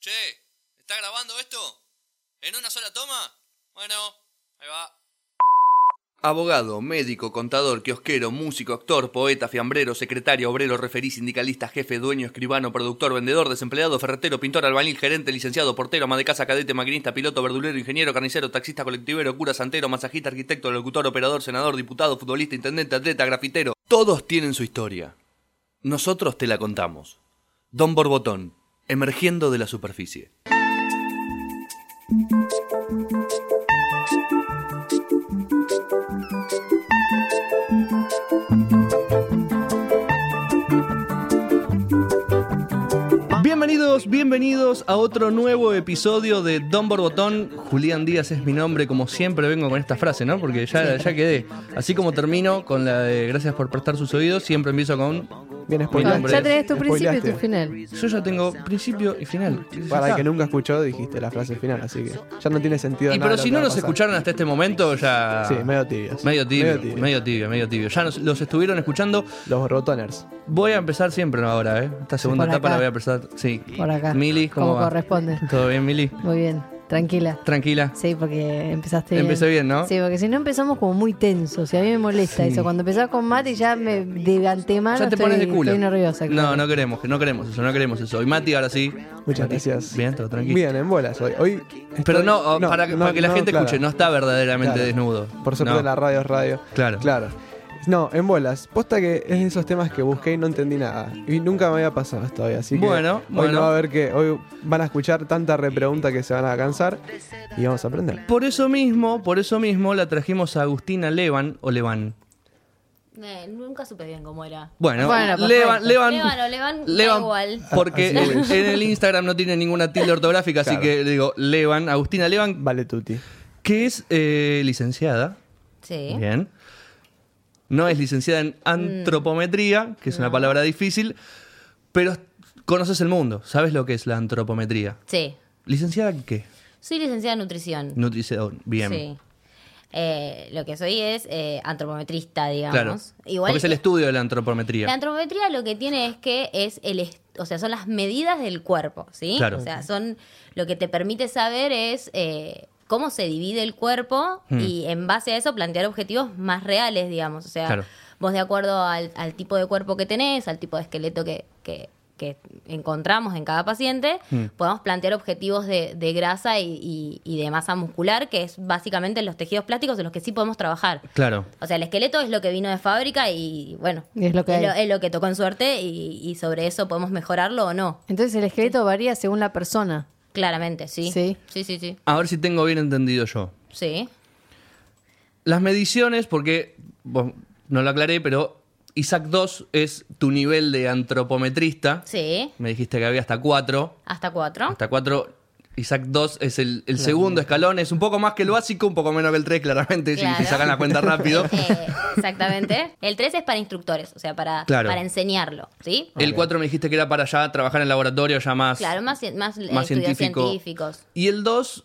Che, ¿está grabando esto? ¿En una sola toma? Bueno, ahí va. Abogado, médico, contador, kiosquero, músico, actor, poeta, fiambrero, secretario, obrero, referí, sindicalista, jefe, dueño, escribano, productor, vendedor, desempleado, ferretero, pintor, albañil, gerente, licenciado, portero, ama de casa, cadete, maquinista, piloto, verdulero, ingeniero, carnicero, taxista, colectivero, cura, santero, masajista, arquitecto, locutor, operador, senador, diputado, futbolista, intendente, atleta, grafitero. Todos tienen su historia. Nosotros te la contamos. Don Borbotón, emergiendo de la superficie. Bienvenidos, bienvenidos a otro nuevo episodio de Don Borbotón. Julián Díaz es mi nombre, como siempre vengo con esta frase, ¿no? Porque ya, ya quedé. Así como termino con la de gracias por prestar sus oídos, siempre empiezo con... Bien Mi spoiler. nombre ya es- tenés tu principio y Spoilaste. tu final. Yo ya tengo principio y final. Ya Para el está. que nunca escuchó, dijiste la frase final, así que ya no tiene sentido. Y nada pero lo si que no va a los pasar. escucharon hasta este momento, ya... Sí, medio tibios. Medio tibio, Medio tibio. medio tibio, medio tibio. Ya nos- los estuvieron escuchando. Los borbotoners. Voy a empezar siempre ahora, ¿eh? Esta segunda por etapa la acá. voy a empezar. Sí. Por acá. Mili, ¿cómo Como va? corresponde. ¿Todo bien, Mili? Muy bien. Tranquila. Tranquila. Sí, porque empezaste bien. Empecé bien, ¿no? Sí, porque si no empezamos como muy tensos. Y a mí me molesta eso. Cuando empezás con mate ya me, de antemano Ya te estoy, pones de culo. estoy nerviosa. No, no queremos, no queremos eso, no queremos eso. Y Mati, ahora sí. Muchas gracias. Bien, todo tranquilo. Bien, en bolas hoy. Hoy estoy- Pero no, oh, para, que- para que la no, gente claro. escuche, no está verdaderamente Claro. desnudo. Por suerte No. la radio es radio. Claro. Claro. No, en bolas. Posta que es de esos temas que busqué y no entendí nada. Y nunca me había pasado esto hoy, así que Bueno, hoy bueno. no va a ver que hoy van a escuchar tanta repregunta que se van a cansar y vamos a aprender. Por eso mismo, por eso mismo la trajimos a Agustina Levan o Levan. Eh, nunca supe bien cómo era. Bueno, Bueno, perfecto. Levan, Levan, Levan o Levan, da igual. Porque Así es. en el Instagram no tiene ninguna tilde ortográfica, así Claro. que le digo Levan, Agustina Levan, Vale, Tuti. que es eh, licenciada. Sí. Mm. Bien. No es licenciada en antropometría, que es una palabra difícil, pero conoces el mundo, sabes lo que es la antropometría. Sí. ¿Licenciada en qué? Soy licenciada en nutrición. Nutrición. Bien. Sí. Eh, lo que soy es eh, antropometrista, digamos. Claro. Igual Porque es el que- estudio de la antropometría. La antropometría lo que tiene es que es el est- o sea, son las medidas del cuerpo, ¿sí? Claro. O sea, son lo que te permite saber es eh, cómo se divide el cuerpo Hmm. y en base a eso plantear objetivos más reales, digamos. O sea, Claro. vos de acuerdo al, al tipo de cuerpo que tenés, al tipo de esqueleto que, que- que encontramos en cada paciente, Hmm. podemos plantear objetivos de, de grasa y, y- y de masa muscular, que es básicamente los tejidos plásticos en los que sí podemos trabajar. Claro. O sea, el esqueleto es lo que vino de fábrica y bueno, Y es lo que hay. lo, es lo que tocó en suerte y, y sobre eso podemos mejorarlo o no. Entonces el esqueleto varía según la persona. Claramente, sí. Sí. sí, sí, sí. A ver si tengo bien entendido yo. Sí. Las mediciones, porque vos, no lo aclaré, pero Isaac 2 es tu nivel de antropometrista. Sí. Me dijiste que había hasta 4. Hasta cuatro. Hasta 4. Isaac 2 es el, el segundo escalón, es un poco más que el básico, un poco menos que el 3, claramente, si- si, Claro. sacan la cuenta rápido. Eh, exactamente. El tres es para instructores, o sea, para, Claro. para enseñarlo, ¿sí? El 4 me dijiste que era para ya trabajar en el laboratorio, ya más, Claro, más, cien- más, eh, más estudios científico. científicos. Y el 2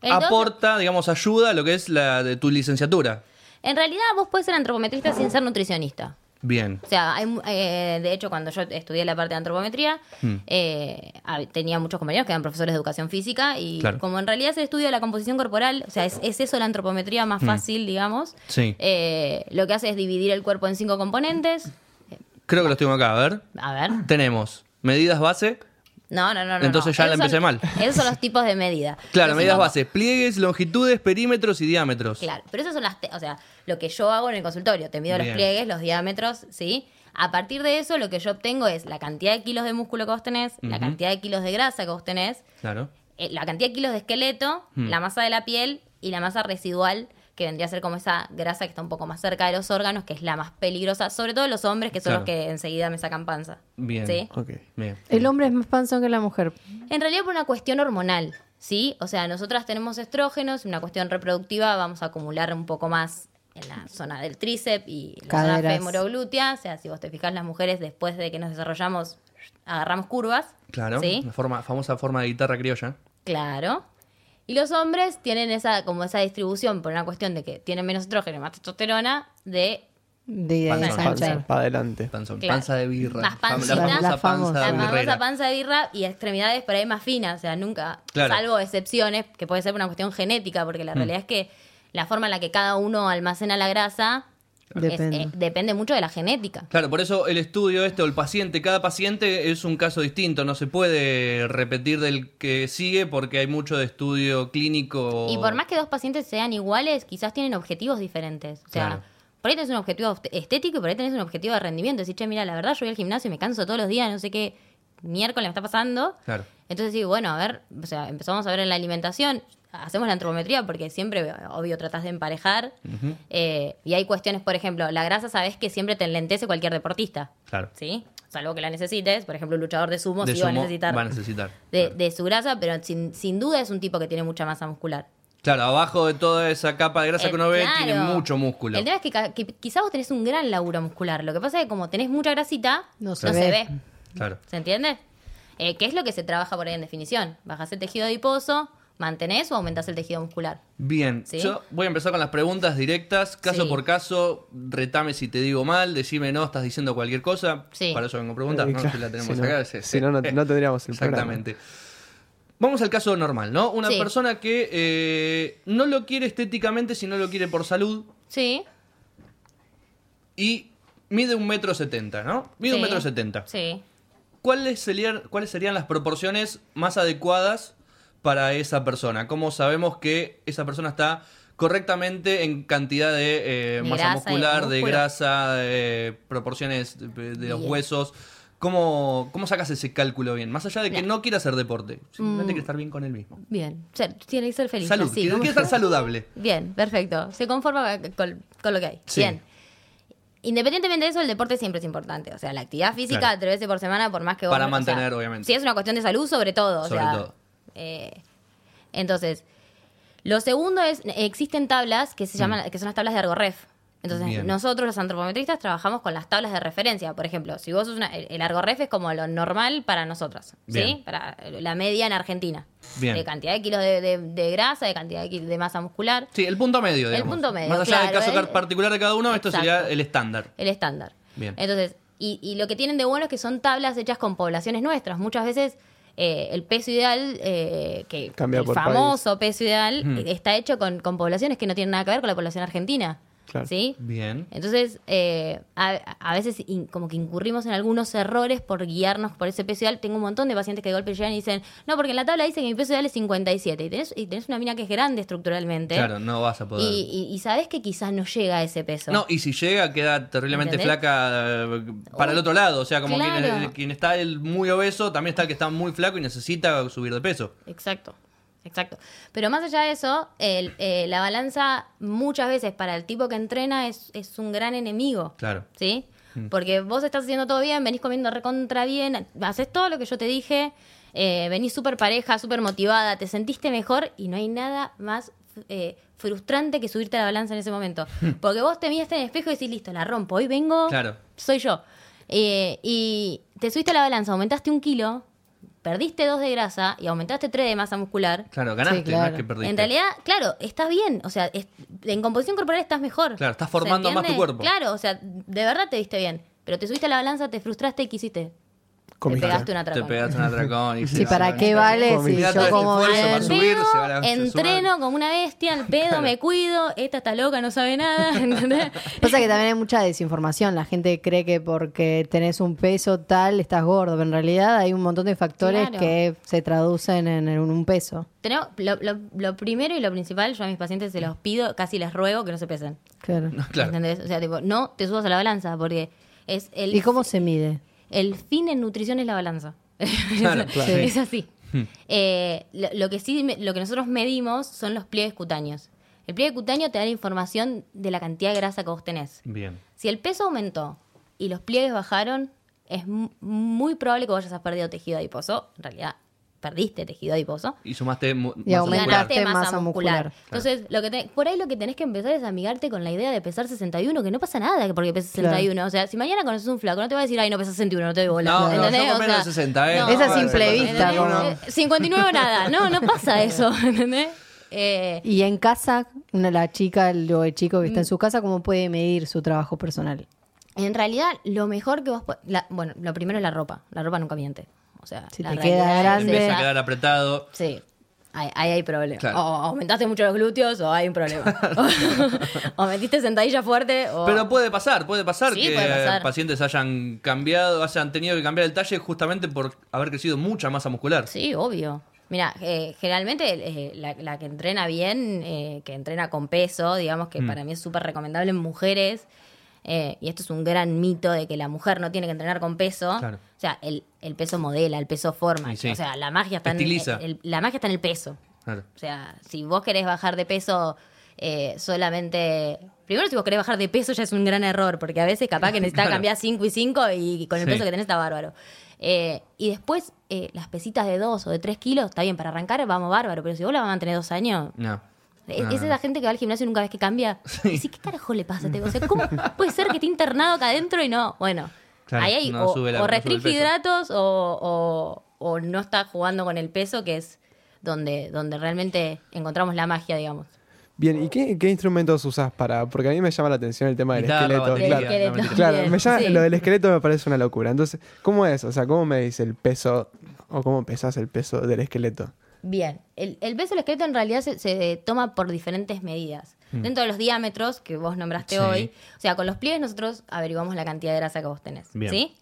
El dos- aporta, digamos, ayuda a lo que es la de tu licenciatura. en realidad vos puedes ser antropometrista sin ser nutricionista. Bien. O sea, hay mu- eh, de hecho, cuando yo estudié la parte de antropometría, Hmm. eh, hab- tenía muchos compañeros que eran profesores de educación física y Claro. como en realidad es el estudio de la composición corporal, o sea, es, es eso la antropometría más fácil, digamos. Hmm. Sí. eh, lo que hace es dividir el cuerpo en cinco componentes. Creo que los tengo acá, a ver. A ver. Tenemos medidas base. No, no, no. no Entonces no. ya la Esos empecé son- mal. Esos son los tipos de medida. Claro, Los medidas cinco- base. Pliegues, longitudes, perímetros y diámetros. Claro, pero esas son las, te- o sea, lo que yo hago en el consultorio, te mido Bien. los pliegues, los diámetros, ¿sí? A partir de eso, lo que yo obtengo es la cantidad de kilos de músculo que vos tenés, la cantidad de kilos de grasa que vos tenés, Claro. eh, la cantidad de kilos de esqueleto, Hmm. la masa de la piel y la masa residual, que vendría a ser como esa grasa que está un poco más cerca de los órganos, que es la más peligrosa, sobre todo los hombres, que son Claro. los que enseguida me sacan panza. Bien. ¿Sí? Ok. Bien. El hombre es más panzón que la mujer. En realidad por una cuestión hormonal, ¿sí? O sea, nosotras tenemos estrógenos, una cuestión reproductiva, vamos a acumular un poco más en la zona del tríceps y la zona Caderas. femoroglútea. O sea, si vos te fijas, las mujeres después de que nos desarrollamos, agarramos curvas. Claro. ¿sí? La forma, famosa forma de guitarra criolla. Claro. Y los hombres tienen esa, como esa distribución por una cuestión de que tienen menos estrógeno y más testosterona, de De, de Panzón. ensanchar. Panza, para adelante. Panzón, Claro. panza de birra. Las Fam- pancitas. la famosa La panza famosa. La de famosa birrera. panza de birra y extremidades por ahí más finas, o sea, nunca, Claro. Mm. salvo excepciones, que puede ser una cuestión genética, porque la realidad es que la forma en la que cada uno almacena la grasa es- Depende. eh, depende mucho de la genética. Claro, por eso el estudio este o el paciente, cada paciente es un caso distinto, no se puede repetir del que sigue porque hay mucho de estudio clínico. Y por más que dos pacientes sean iguales, quizás tienen objetivos diferentes. O sea, Claro. por ahí tenés un objetivo est- estético y por ahí tenés un objetivo de rendimiento. Decís, che, mira, la verdad, yo voy al gimnasio y me canso todos los días, no sé qué miércoles me está pasando. Claro. Entonces sí, bueno, a ver, o sea, empezamos a ver en la alimentación, hacemos la antropometría porque siempre, obvio, tratás de emparejar. Eh, y hay cuestiones, por ejemplo, la grasa sabés que siempre te enlentece cualquier deportista. Claro. ¿Sí? Salvo que la necesites, por ejemplo, un luchador de sumo de sí sumo va a necesitar, va a necesitar. de, claro. de su grasa, pero sin, sin duda es un tipo que tiene mucha masa muscular. Claro, abajo de toda esa capa de grasa Eh, que uno ve claro. tiene mucho músculo. El tema es que, ca- que quizás vos tenés un gran laburo muscular. Lo que pasa es que como tenés mucha grasita, No no se se, ve. ve. Claro. ¿Se entiende? Eh, ¿Qué es lo que se trabaja por ahí en definición? ¿Bajás el tejido adiposo? ¿Mantenés o aumentás el tejido muscular? Bien, ¿Sí? yo voy a empezar con las preguntas directas, caso Sí. por caso, retame si te digo mal, decime no, estás diciendo cualquier cosa. Sí. Para eso vengo a preguntar, Eh, no, claro, si la tenemos si no- acá. este. si no, no- no tendríamos el programa. Exactamente. Vamos al caso normal, ¿no? Una Sí. persona que eh, no lo quiere estéticamente, sino lo quiere por salud Sí. y mide un metro setenta, ¿no? Mide sí. un metro setenta. Sí. ¿Cuáles serían, ¿Cuáles serían las proporciones más adecuadas para esa persona? ¿Cómo sabemos que esa persona está correctamente en cantidad de eh, De masa grasa, de muscular, de músculo. grasa, de proporciones de, de los Bien. huesos? ¿Cómo, ¿Cómo sacas ese cálculo bien? Más allá de que no, quiera hacer deporte, Mm. simplemente quiere estar bien con él mismo. Bien. O sea, tiene que ser feliz. Salud, así, quiere, como- quiere estar saludable. Bien, perfecto. Se conforma con, con lo que hay. Sí. Bien. Independientemente de eso, el deporte siempre es importante. O sea, la actividad física Claro. tres veces por semana, por más que vos- Para o sea, mantener, obviamente. Si es una cuestión de salud, sobre todo. o Sobre sea, todo. eh, entonces, lo segundo es, existen tablas que se llaman, que son las tablas de Argorref. Entonces, Mm. Bien. nosotros los antropometristas trabajamos con las tablas de referencia. Por ejemplo, si vos sos una, el el Argorref es como lo normal para nosotros, Bien. ¿sí? Para la media en Argentina. Bien. De cantidad de kilos de, de- de grasa, de cantidad de, ki- de masa muscular. Sí, el punto medio, El digamos. punto medio, Más allá del claro, caso ¿eh? particular de cada uno, esto sería Exacto. el estándar. el estándar. Bien. Entonces, y, y lo que tienen de bueno es que son tablas hechas con poblaciones nuestras. Muchas veces eh, el peso ideal, eh, que Cambia el por famoso peso ideal, Mm. eh, está hecho con, con poblaciones que no tienen nada que ver con la población argentina. Claro. ¿Sí? Bien. Entonces, eh, a, a veces in- como que incurrimos en algunos errores por guiarnos por ese peso ideal. Tengo un montón de pacientes que de golpe llegan y dicen, no, porque en la tabla dice que mi peso ideal es 57. Y tenés, y tenés una mina que es grande estructuralmente. Claro, no vas a poder. Y, y, y sabés que quizás no llega a ese peso. No, y si llega queda terriblemente ¿Entendés? flaca eh, para el Uy, otro lado. O sea, como quien- claro. quien, está el muy obeso, también está el que está muy flaco y necesita subir de peso. Exacto, exacto. Pero más allá de eso, el- eh, la balanza muchas veces para el tipo que entrena es, es un gran enemigo. Claro. Mm. ¿Sí? Porque vos estás haciendo todo bien, venís comiendo recontra bien, haces todo lo que yo te dije, eh, venís súper pareja, súper motivada, te sentiste mejor y no hay nada más eh, frustrante que subirte a la balanza en ese momento. Porque vos te miraste en el espejo y decís, listo, la rompo, hoy vengo, Hmm. Claro. soy yo. Eh, y te subiste a la balanza, aumentaste un kilo, perdiste dos de grasa y aumentaste tres de masa muscular. Claro, ganaste, Sí, claro. no es que perdiste. En realidad, claro, estás bien. O sea, es- en composición corporal estás mejor. Claro, estás ¿Se formando más entiende? tu cuerpo. Claro, o sea, de verdad te viste bien. Pero te subiste a la balanza, te frustraste y quisiste. Comiste. Te pegaste un te atracón. pegaste un atracón. Y Sí, ¿para qué vale si Mirá todo yo este como esfuerzo para Al bien? subir. se va pedo, la- se entreno suman. como una bestia, al pedo me cuido, esta está loca, no sabe nada, ¿entendés? Pasa que también hay mucha desinformación. La gente cree que porque tenés un peso tal estás gordo, pero en realidad hay un montón de factores Claro. que se traducen en en un peso. Tenemos- lo, lo- lo primero y lo principal, yo a mis pacientes se los pido, casi les ruego que no se pesen. Claro. Claro. ¿Entendés? O sea, tipo, no te subas a la balanza porque es el ¿Y cómo se mide? El fin en nutrición es la balanza. Claro, es, claro. Hmm. es así. Eh, lo, lo que sí, me- lo que nosotros medimos son los pliegues cutáneos. El pliegue cutáneo te da la información de la cantidad de grasa que vos tenés. Bien. Si el peso aumentó y los pliegues bajaron, es mu- muy probable que vos hayas perdido tejido adiposo. En realidad, perdiste tejido adiposo. Y sumaste. mu- Y masa aumentaste. muscular. ganaste masa muscular. Entonces, lo que te- por ahí lo que tenés que empezar es amigarte con la idea de pesar 61, que no pasa nada que porque pesas Claro. 61. O sea, si mañana conoces un flaco, no te va a decir, ay, no pesas 61, no te doy bola. No, no, ¿Entendés? yo O con menos de sea, 60, ¿eh? no. Esa simple ¿Entendés? vista, como- Eh, 59 nada. No, no pasa eso, ¿entendés? Eh, Y en casa, una- la chica el- o el chico que está en su casa, ¿cómo puede medir su trabajo personal? en realidad, lo mejor que vos... po- la- bueno, lo primero es la ropa. La ropa nunca miente. O sea, Si la te realidad queda es grande. Empieza esa. a quedar apretado. Sí. Ahí, ahí hay problemas. Claro. O aumentaste mucho los glúteos o hay un problema. o metiste sentadilla fuerte o... Pero puede pasar, puede pasar Sí, que puede pasar. pacientes hayan cambiado, hayan tenido que cambiar el talle justamente por haber crecido mucha masa muscular. Sí, obvio. Mira, generalmente eh, la, la que entrena bien, eh, que entrena con peso, digamos Mm. que para mí es súper recomendable en mujeres, eh, y esto es un gran mito de que la mujer no tiene que entrenar con peso. Claro. O sea, el, el peso modela, el peso forma. Y sí. O sea, la magia está Estiliza. en el- la magia está en el peso. Claro. O sea, si vos querés bajar de peso eh, solamente... Primero, si vos querés bajar de peso ya es un gran error, porque a veces capaz que necesitas Claro. cambiar 5 y 5 y con el Sí. peso que tenés está bárbaro. Eh, y después, eh, las pesitas de 2 o de 3 kilos, está bien, para arrancar vamos bárbaro, pero si vos la vas a mantener dos años... No. Es, No, es E, no. esa gente que va al gimnasio y nunca ves que cambia. Ah. Sí. Decís, ¿qué carajo le pasa? a este? O sea, ¿cómo puede ser que esté internado acá adentro y no? Bueno, Claro, ahí hay no o, sube o la- no sube el restringe peso. hidratos o, o- o no está jugando con el peso, que es donde, donde realmente encontramos la magia, digamos. Bien, ¿y qué, qué instrumentos usas para...? Porque a mí me llama la atención el tema del Guitarra, esqueleto. batería, claro. no, Del esqueleto. mentira. Claro, Bien, me llama- sí. lo del esqueleto me parece una locura. Entonces, ¿cómo es? O sea, ¿cómo me dice el peso o cómo pesas el peso del esqueleto? Bien, el, el peso del esqueleto en realidad se, se toma por diferentes medidas. Dentro de los diámetros que vos nombraste Mm. Sí. hoy, o sea, con los pliegues nosotros averiguamos la cantidad de grasa que vos tenés. Bien. ¿sí?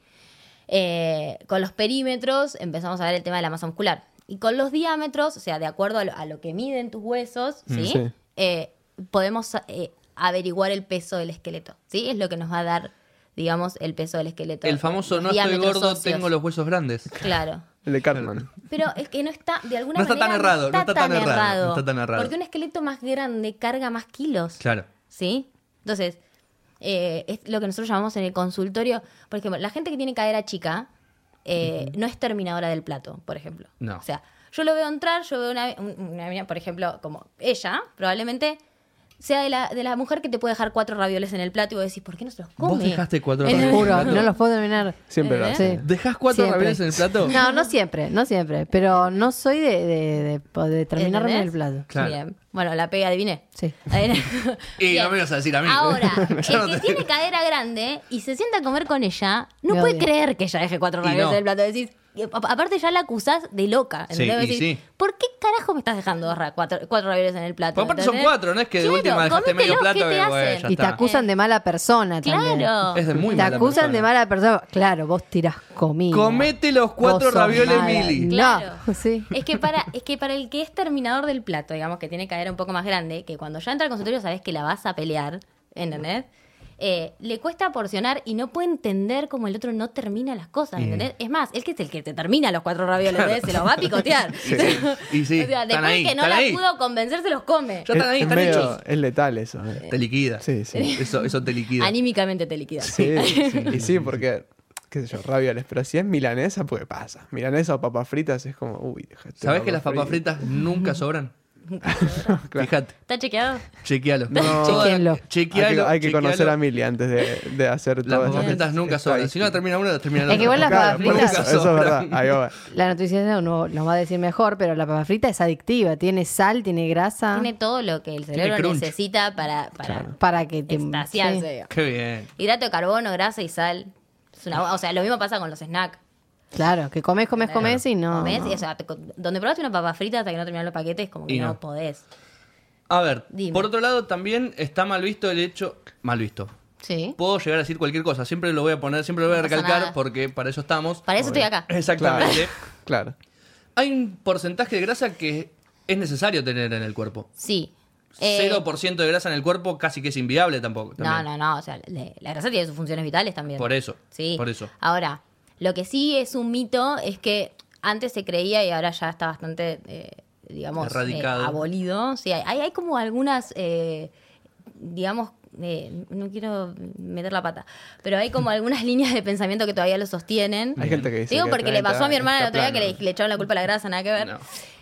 Eh, con los perímetros empezamos a ver el tema de la masa muscular. Y con los diámetros, o sea, de acuerdo a lo, a lo que miden tus huesos, Mm. ¿sí? Sí. Eh, podemos eh, averiguar el peso del esqueleto. ¿sí? Es lo que nos va a dar, digamos, el peso del esqueleto. El famoso Los no estoy diámetros gordo, óseos. tengo los huesos grandes. Claro. El de Cartman. Pero es que no está, de alguna No está manera. tan errado, no está tan errado, no está tan errado. Porque un esqueleto más grande carga más kilos. Claro. ¿Sí? Entonces, eh, es lo que nosotros llamamos en el consultorio. Por ejemplo, la gente que tiene cadera chica eh, no es terminadora del plato, por ejemplo. No. O sea, yo lo veo entrar, yo veo una, un- una mina, por ejemplo, como ella, probablemente. Sea de la, de la mujer que te puede dejar cuatro ravioles en el plato y vos decís, ¿por qué no se los come? dejaste cuatro Eh, ravioles? Juro, Claro. no los puedo terminar. Siempre lo ¿Eh? hace. Sí. ¿Dejás cuatro Siempre. ravioles en el plato? No, no siempre, no siempre. Pero no soy de, de, de, po- de terminarme el ¿Entendés? plato. Claro. Bien. Bueno, la pega, adiviné. Sí. Adivina. Y Bien. no me ibas a decir a mí. Ahora, Yo el no que te- tiene cadera grande y se sienta a comer con ella, no Me puede odia. creer que ella deje cuatro Y ravioles no. en el plato. Decís, y a- aparte ya la acusás de loca. Sí, ¿entendés? y Decís, sí. ¿Por qué carajo me estás dejando dos ra- cuatro, cuatro ravioles en el plato? Pues aparte son ¿entendés? cuatro, no es que de última dejaste medio comételos, plato ¿qué te y, bueno, hacen? ya Y te está. acusan de mala persona también. Claro. Es de muy te mala acusan persona. de mala persona. Claro, vos tirás comida. Comete los cuatro Vos sos ravioles, mala. Mili. No, Claro. sí. Es que para, es que para el que es terminador del plato, digamos, que tiene cadera un poco más grande, que cuando ya entra al consultorio sabes que la vas a pelear, ¿entendés? Eh, le cuesta porcionar y no puede entender cómo el otro no termina las cosas, Mm. ¿entendés? Es más, él que es el que te termina los cuatro ravioles, ¿entendés? se los va a picotear. Y sí, o sea, están después ahí, que no están la ahí. pudo convencer, se los come. Ya están ahí, es, están medio- hechos. es letal eso. eh. Te liquida. Sí, sí. Eso, eso te liquida. Anímicamente te liquida. Sí, y sí, porque, qué sé yo, ravioles. Pero si es milanesa, pues pasa. Milanesa o papas fritas es como, uy, dejate ¿Sabés que las papas fritas nunca sobran? Claro. Fíjate, ¿Está chequeado? chequealo. No. Chequenlo. Chequealo. Hay que, hay que chequealo. conocer a Mili antes de, de hacer Las todo papas fritas nunca sobran. Si no termina una, termina la Es que igual otra. las papas nunca fritas- Eso, eso es verdad. sobran. Ahí va. La nutrición no nos va a decir mejor, pero la papa frita es adictiva. Tiene sal, tiene grasa. Tiene todo lo que el Tiene cerebro crunch. necesita para, para para que te. extasiarse, sí, digamos. Qué bien. Hidrato de carbono, grasa y sal. Es una bo- o sea, lo mismo pasa con los snacks. Claro, que comes, comes, comes y no. Comés y, no. o sea, te co- donde probaste una papa frita hasta que no terminan los paquetes, como que Y no. no. podés. A ver, Dime. por otro lado, también está mal visto el hecho. Mal visto. Sí. Puedo llegar a decir cualquier cosa. Siempre lo voy a poner, siempre lo voy a No pasa recalcar nada. porque para eso estamos. Para eso estoy acá. Exactamente. Claro. Hay un porcentaje de grasa que es necesario tener en el cuerpo. Sí. Eh, 0% de grasa en el cuerpo casi que es inviable tampoco. No, también. no, no. O sea, le- la grasa tiene sus funciones vitales también. Por eso, Sí. por eso. Ahora, lo que sí es un mito es que antes se creía y ahora ya está bastante, eh, digamos, eh, Erradicado. abolido. Sí, hay, hay como algunas, eh, digamos, eh, no quiero meter la pata, pero hay como algunas líneas de pensamiento que todavía lo sostienen. Hay gente que dice Digo que el porque le planeta pasó a mi hermana el está otro día que le, plano. le echaron la culpa a la grasa, nada que ver. No.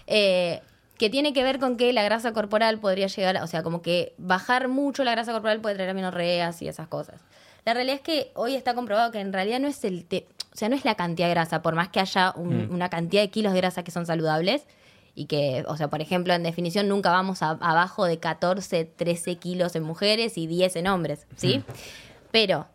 Eh, que tiene que ver con que la grasa corporal podría llegar, a- o sea, como que bajar mucho la grasa corporal puede traer amenorreas y esas cosas. La realidad es que hoy está comprobado que en realidad no es el te- o sea, no es la cantidad de grasa, por más que haya un- una cantidad de kilos de grasa que son saludables y que, o sea, por ejemplo, en definición nunca vamos a- abajo de 14, 13 kilos en mujeres y 10 en hombres, ¿sí? Pero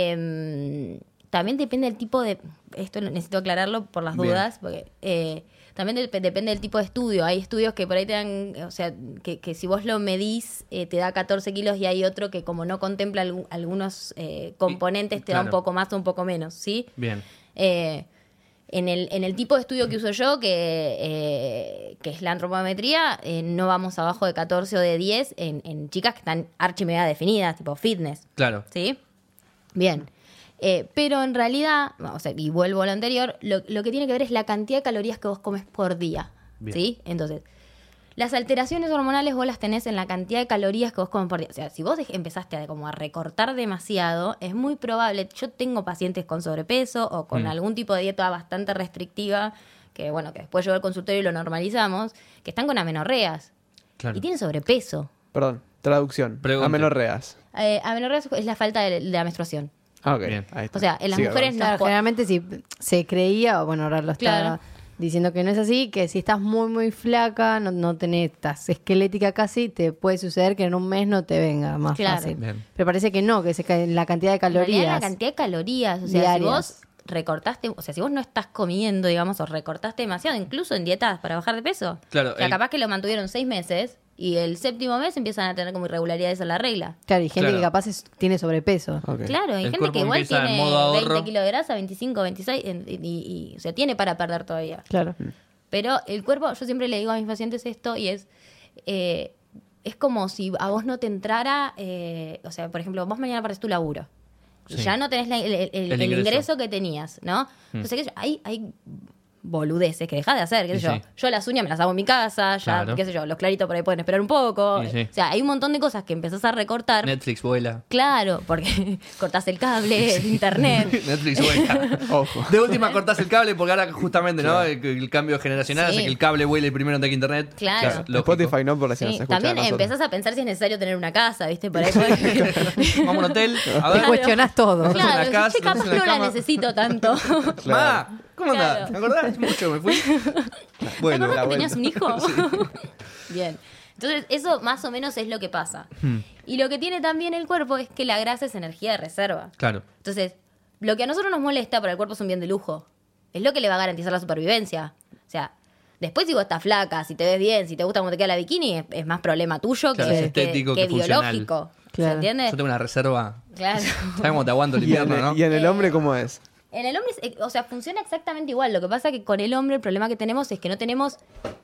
eh, también depende del tipo de, esto lo necesito aclararlo por las Bien. dudas, porque eh, también dep- depende del tipo de estudio. Hay estudios que por ahí te dan, o sea, que, que si vos lo medís eh, te da 14 kilos y hay otro que como no contempla algu- algunos eh, componentes te da un claro. poco más o un poco menos, ¿sí? Bien. Eh, en, el, en el tipo de estudio que uso yo, que, eh, que es la antropometría, eh, no vamos abajo de 14 o de 10 en, en chicas que están archimega definidas, tipo fitness. Claro. ¿Sí? Bien. Eh, pero en realidad, o sea, y vuelvo a lo anterior, lo, lo que tiene que ver es la cantidad de calorías que vos comes por día. Bien. ¿Sí? Entonces, las alteraciones hormonales vos las tenés en la cantidad de calorías que vos comes por día. O sea, si vos dej- empezaste a, como a recortar demasiado, es muy probable. Yo tengo pacientes con sobrepeso o Mm. con algún tipo de dieta bastante restrictiva, que bueno, que después llevo al consultorio y lo normalizamos, que están con amenorreas Claro. y tienen sobrepeso. Perdón, traducción. Pregunte. Amenorreas. Eh, amenorrea es- es la falta de, de la menstruación. Ah, ok. Bien. Ahí está. O sea, en las Siga, mujeres perdón. no. Claro, po- generalmente si se creía, o bueno, ahora lo está Claro. diciendo que no es así, que si estás muy, muy flaca, no, no tenés, estás esquelética casi, te puede suceder que en un mes no te venga más Claro. fácil. Bien. Pero parece que no, que se cae la cantidad de En realidad, calorías. la cantidad de calorías. O sea, diarias. si vos recortaste, o sea, si vos no estás comiendo, digamos, o recortaste demasiado, incluso en dietas para bajar de peso. Claro, O sea, el- capaz que lo mantuvieron seis meses y el séptimo mes empiezan a tener como irregularidades en la regla. Claro, y gente Claro. que capaz es- tiene sobrepeso. Ok. Claro, hay El gente cuerpo que igual empieza en tiene modo ahorro. 20 kilos de grasa, 25, 26, en- y, y- y- o sea, tiene para perder todavía. Claro. Mm. Pero el cuerpo, yo siempre le digo a mis pacientes esto y es, eh, es como si a vos no te entrara, eh, o sea, por ejemplo, vos mañana perdés tu laburo. Y Sí. ya no tenés la- el, el- el El ingreso. ingreso Hmm. que tenías, ¿no? Entonces, qué sé yo, hay, hay boludeces que dejás de hacer, qué sé Y yo. sí. Yo las uñas me las hago en mi casa, ya, Claro. qué sé yo, los claritos por ahí pueden esperar un poco. Y sí. O sea, hay un montón de cosas que empezás a recortar. Netflix vuela. Claro, porque cortás el cable, el internet. Netflix vuela. Ojo. De última cortás el cable porque ahora justamente, ¿no? El, el cambio generacional Sí. hace que el cable vuele primero antes que internet. Claro. lógico. Spotify no por si Sí, nos escucha También a nosotros. empezás a pensar si es necesario tener una casa, ¿viste? Por ahí podés- Vamos a un hotel. A Te ver. Claro. cuestionás todo. Nosotros en la Claro, casa, yo capaz nosotros en no la la cama. necesito tanto. ¿Te Ma, ¿cómo andás? Claro. ¿Me acordás? Mucho me fui. Bueno, acordás la que tenías vuelta. un hijo? Bien. Entonces, eso más o menos es lo que pasa. Hmm. Y lo que tiene también el cuerpo es que la grasa es energía de reserva. Claro. Entonces, lo que a nosotros nos molesta para el cuerpo es un bien de lujo. Es lo que le va a garantizar la supervivencia. O sea, después si vos estás flaca, si te ves bien, si te gusta cómo te queda la bikini, es, es más problema tuyo Claro, que, es estético que- que que funcional. biológico. ¿Se Claro. entiende? Yo tengo una reserva. Claro. ¿Sabes cómo te aguanto el ¿Y, en, invierno, no? y en el hombre cómo es? En el hombre, es- eh, o sea, funciona exactamente igual. Lo que pasa que con el hombre el problema que tenemos es que no tenemos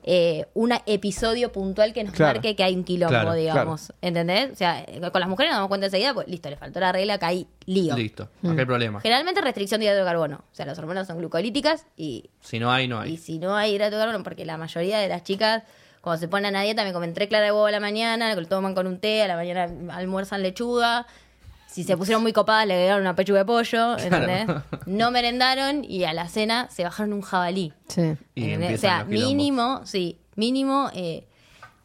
eh, un episodio puntual que nos Claro. marque que hay un quilombo, Claro, digamos. ¿Entendés? O sea, eh, con las mujeres nos damos cuenta enseguida, pues listo, le faltó la regla, que hay lío. Listo. Acá hay problema. Generalmente restricción de hidrato de carbono. O sea, las hormonas son glucolíticas y, Si no hay, no y hay. si no hay hidrato de carbono, porque la mayoría de las chicas cuando se ponen a dieta me comen tres claras de huevo a la mañana, lo toman con un té, a la mañana almuerzan lechuga. Si se pusieron muy copadas, le agregaron una pechuga de pollo, ¿entendés? No merendaron y a la cena se bajaron un jabalí. Sí. Y ¿entendés? empiezan o sea, los quilombos. mínimo, sí, mínimo, eh,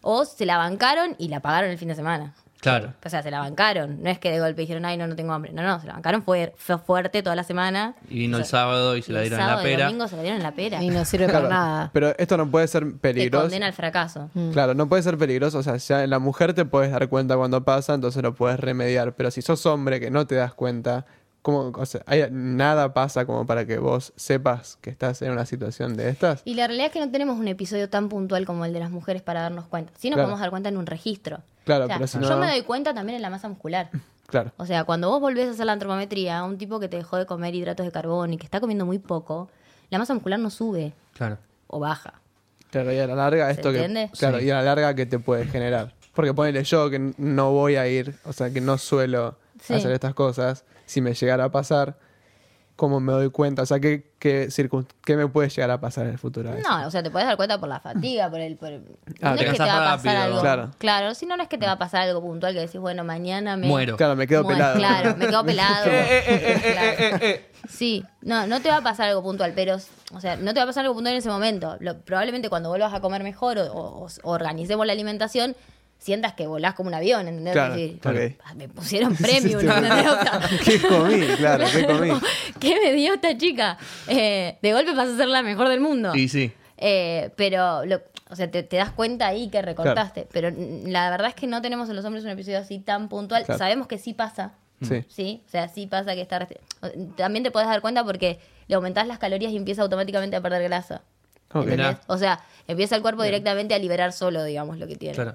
o se la bancaron y la pagaron el fin de semana. Claro. O sea, se la bancaron. No es que de golpe dijeron, ay, no, no tengo hambre. No, no, se la bancaron, fue, fue fuerte toda la semana. Y vino O el sea, sábado y se la el dieron en la sábado y el pera. domingo se la dieron en la pera. Y no sirve Claro, para nada. Pero esto no puede ser Te peligroso. condena al fracaso. Claro, no puede ser peligroso. O sea, ya en la mujer te puedes dar cuenta cuando pasa, entonces lo puedes remediar. Pero si sos hombre que no te das cuenta, ¿cómo, o sea, hay- nada pasa como para que vos sepas que estás en una situación de estas. Y la realidad es que no tenemos un episodio tan puntual como el de las mujeres para darnos cuenta. Sí nos Claro. podemos dar cuenta en un registro. Claro, O sea, pero si Yo no. me doy cuenta también en la masa muscular. Claro. O sea, cuando vos volvés a hacer la antropometría, un tipo que te dejó de comer hidratos de carbono y que está comiendo muy poco, la masa muscular no sube Claro. o baja. Claro, y a la larga esto entiende? que. Claro, y a la larga que te puede generar. Porque ponele yo que no voy a ir, o sea, que no suelo Sí. hacer estas cosas. Si me llegara a pasar, ¿cómo me doy cuenta? O sea, ¿qué, qué, circun- qué me puede llegar a pasar en el futuro? a eso? No, o sea, te podés dar cuenta por la fatiga, por el... por el- Ah, no te es que te cansás va a pasar rápido. algo... Claro. Claro. si no, no es que te va a pasar algo puntual que decís, bueno, mañana me... Muero. Claro, me quedo Bueno, pelado. Claro, me quedo pelado. Claro. eh. Sí, no, no te va a pasar algo puntual, pero, o sea, no te va a pasar algo puntual en ese momento. Lo- probablemente cuando vuelvas a comer mejor o, o- o organicemos la alimentación, sientas que volás como un avión, ¿entendés? Claro, Decís, ok. "Ah, Me pusieron premium, Hiciste un- ¿entendés? O sea, ¿Qué comí? Claro, ¿qué comí? ¿Qué me dio esta chica? Eh, de golpe vas a ser la mejor del mundo. Y sí. Eh, pero, lo- o sea, te, te das cuenta ahí que recortaste. Pero mm, la verdad es que no tenemos en los hombres un episodio así tan puntual. Claro. Sabemos que sí pasa. Mm. Sí. Sí, o sea, sí pasa que está. restri- o- También te podés dar cuenta porque le aumentás las calorías y empieza automáticamente a perder grasa. Ok. ¿Entendés? Mirá. O sea, empieza el cuerpo directamente a liberar solo, digamos, lo que tiene. Claro.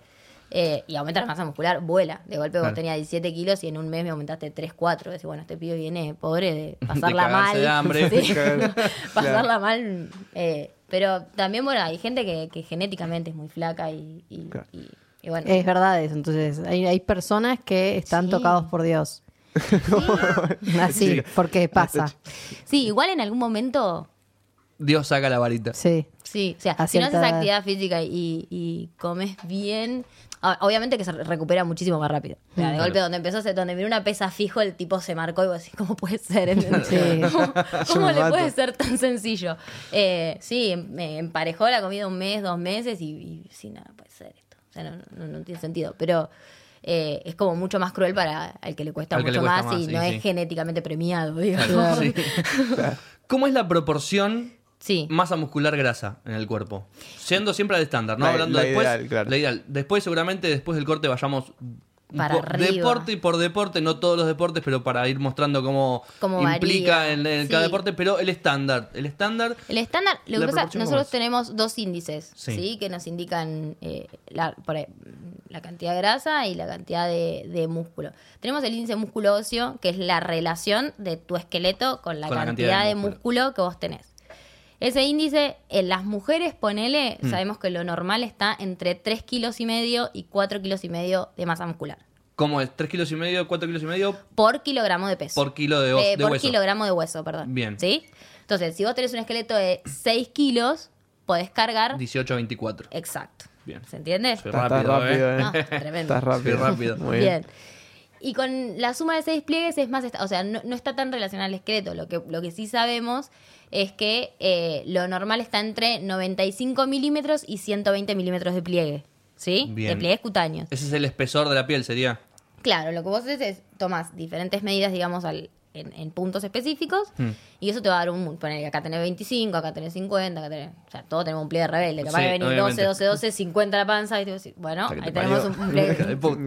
Eh, y aumenta la masa muscular, vuela. De golpe Claro. vos tenías 17 kilos y en un mes me aumentaste 3, 4. Decís, bueno, este pibe viene pobre de De pasarla cagarse mal. de hambre. Sí. Claro. pasarla mal. eh, pero también, bueno, hay gente que, que genéticamente es muy flaca y, y- Claro. y- y bueno. Es verdad eso. Entonces, hay, hay personas que están Sí. tocados por Dios. Así, porque pasa. Sí, igual en algún momento Dios saca la varita. Sí. Sí, o sea, A si no haces cierta edad. actividad física y, y comes bien, ah, obviamente que se re- recupera muchísimo más rápido. O Mm, sea, de golpe donde empezó, se- donde miró una pesa fijo, el tipo se marcó y vos decís, ¿cómo puede ser? ¿Entendés? Sí. ¿Cómo, Yo cómo me le mato. puede ser tan sencillo? Eh, sí, em- me emparejó la comida un mes, dos meses y, y sí, nada, puede ser esto. O sea, no, no- no tiene sentido, pero... eh, es como mucho más cruel para el que le cuesta Al que mucho le cuesta más, y más, no sí, es sí. genéticamente premiado, digamos. Sí. ¿Cómo es la proporción Sí. masa muscular grasa en el cuerpo? Siendo siempre al estándar, no La- hablando la después. ideal, claro. La ideal. Después, seguramente, después del corte vayamos. un Para po- arriba. Deporte y por deporte, no todos los deportes, pero para ir mostrando cómo, Cómo implica varía, en, en sí. cada deporte, pero el estándar. El estándar. El estándar, lo que La pasa, proporción, ¿cómo nosotros es? tenemos dos índices, Sí. sí, que nos indican eh, la, por ahí, la cantidad de grasa y la cantidad de, de músculo. Tenemos el índice músculo óseo, que es la relación de tu esqueleto con la, cantidad, de, músculo. que vos tenés. Ese índice, en las mujeres, ponele, sabemos que lo normal está entre 3 kilos y medio y 4 kilos y medio de masa muscular. ¿Cómo es? ¿3 kilos y medio? ¿4 kilos y medio? Por kilogramo de peso. Por kilo de, os- Eh, de por hueso. kilogramo de hueso, perdón. Bien. ¿Sí? Entonces, si vos tenés un esqueleto de 6 kilos, podés cargar. 18 a 24. Exacto. Bien. ¿Se entiende? Sí. Está, está Rápido, rápido, ¿eh? eh. No, Ah, tremendo. Está rápido. Sí, rápido. Muy bien. Bien. Y con la suma de seis pliegues es más, esta- o sea, no, no está tan relacionado al esqueleto. Lo que, lo que sí sabemos es que eh, lo normal está entre 95 milímetros y 120 milímetros de pliegue. ¿Sí? De Bien. pliegues cutáneos. Ese es el espesor de la piel, sería. Claro, lo que vos haces es tomás diferentes medidas, digamos, al- en, en puntos específicos Mm. y eso te va a dar un... Poner acá tenés 25, acá tenés 50, acá tenés... O sea, todos tenemos un pliegue rebelde. Capaz Sí, que venís 12, obviamente. 12, 12, 50 la panza y te vas a decir, bueno, que te ahí tenemos parió. un